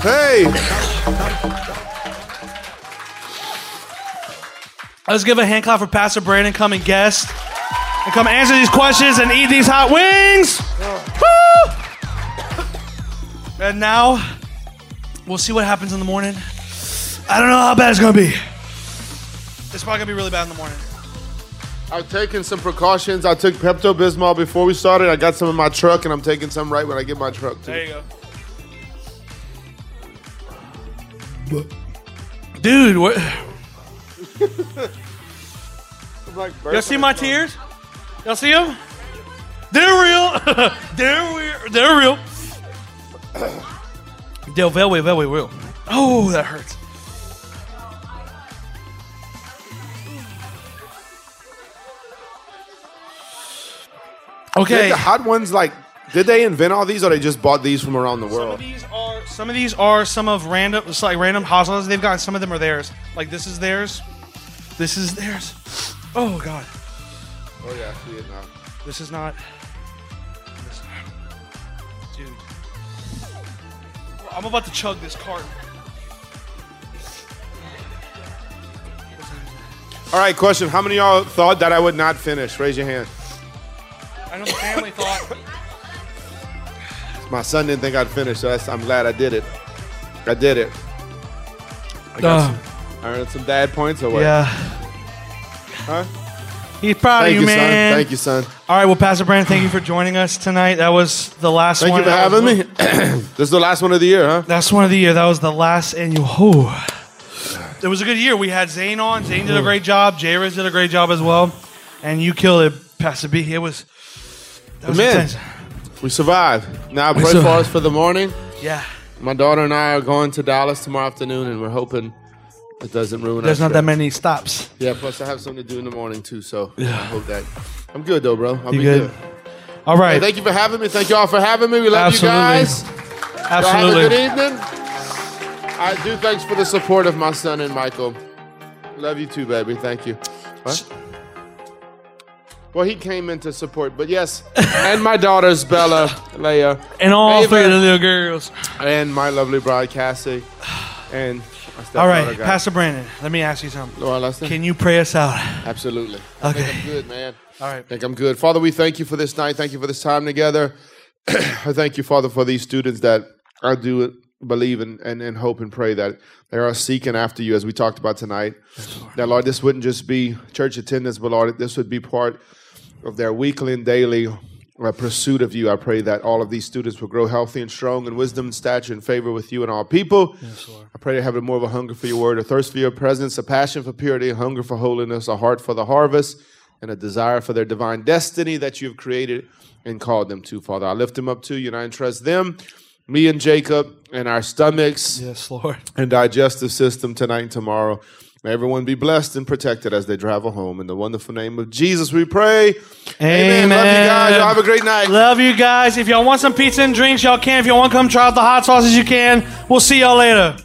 S1: Hey.
S2: Let's give a hand clap for Pastor Brandon. Come and guest and come answer these questions and eat these hot wings. Woo! [LAUGHS] And now we'll see what happens in the morning. I don't know how bad it's gonna be. It's probably gonna be really bad in the morning.
S1: I've taken some precautions. I took Pepto Bismol before we started. I got some in my truck, and I'm taking some right when I get my truck too.
S2: There you go. Dude, what? Y'all see my tears? Y'all see them? They're real. [LAUGHS] they're real. They're [COUGHS] real. Del Velway, Velway, real. Oh, that hurts.
S1: Did
S2: Okay.
S1: the hot ones like? Did they invent all these, or they just bought these from around the
S2: Some of
S1: world?
S2: these are some of these are some of random it's like random houses they've gotten. Some of them are theirs. Like this is theirs. This is theirs. Oh god.
S1: Oh yeah, I see it now.
S2: This is not. This, dude. I'm about to chug this cart.
S1: All right, question. How many of y'all thought that I would not finish? Raise your hand.
S2: I know the family thought.
S1: My son didn't think I'd finish, so that's, I'm glad I did it. I did it. [LAUGHS] I got
S2: Ugh.
S1: some, I earned some dad points away.
S2: Yeah.
S1: Huh?
S2: He's proud
S1: Thank
S2: of you,
S1: you,
S2: man.
S1: son. Thank you, son.
S2: All right, well, Pastor Brandon, thank you for joining us tonight. That was the last
S1: Thank
S2: one.
S1: you for
S2: That was
S1: having
S2: one-
S1: me. [CLEARS THROAT] this is the last one of the year, huh?
S2: That's one of the year. That was the last annual. Oh. It was a good year. We had Zane on. Zane did a great job. J Riz did a great job as well. And you killed it, Pastor B. It was. That was
S1: Amen.
S2: intense.
S1: We survived. Now pray
S2: survived.
S1: for us for the morning.
S2: Yeah.
S1: My daughter and I are going to Dallas tomorrow afternoon, and we're hoping it doesn't ruin.
S2: There's
S1: our
S2: not that
S1: trip.
S2: many stops.
S1: Yeah, plus I have something to do in the morning too, so I hope that I'm good though, bro. I'll
S2: You
S1: be
S2: good?
S1: good.
S2: All right.
S1: Hey, thank you for having me. Thank you all for having me. We love you
S2: Absolutely.
S1: guys. Y'all have a
S2: Absolutely.
S1: good evening. I do thanks for the support of my son and Michael. Love you too, baby. Thank you. What? Well, he came in to support, but yes,
S2: [LAUGHS]
S1: and my daughters Bella, Leia,
S2: and all
S1: Ava,
S2: three of the little girls.
S1: and my lovely bride Cassie, and my
S2: All right,
S1: stepdaughter,
S2: Pastor Brandon, let me ask you something.
S1: Laura Lester.
S2: Can you pray us out?
S1: Absolutely. I
S2: Okay.
S1: think I'm good, man.
S2: All right.
S1: I think I'm good. Father, we thank you for this night. Thank you for this time together. [CLEARS THROAT] I thank you, Father, for these students that I do believe and, and, and hope and pray that they are seeking after you, as we talked about tonight. That, Lord, this wouldn't just be church attendance, but, Lord, this would be part of their weekly and daily uh, pursuit of you. I pray that all of these students will grow healthy and strong in wisdom and stature and favor with you and all people. I pray they have more of a hunger for your word, a thirst for your presence, a passion for purity, a hunger for holiness, a heart for the harvest, and a desire for their divine destiny that you have created and called them to, Father. I lift them up to you and I entrust them, me and Jacob, and our stomachs
S2: Yes, Lord.
S1: and digestive system tonight and tomorrow. May everyone be blessed and protected as they travel home. In the wonderful name of Jesus, we pray. Amen. Love you guys. Y'all have a great night.
S2: Love you guys. If y'all want some pizza and drinks, y'all can. If y'all want to come try out the hot sauces, you can. We'll see y'all later.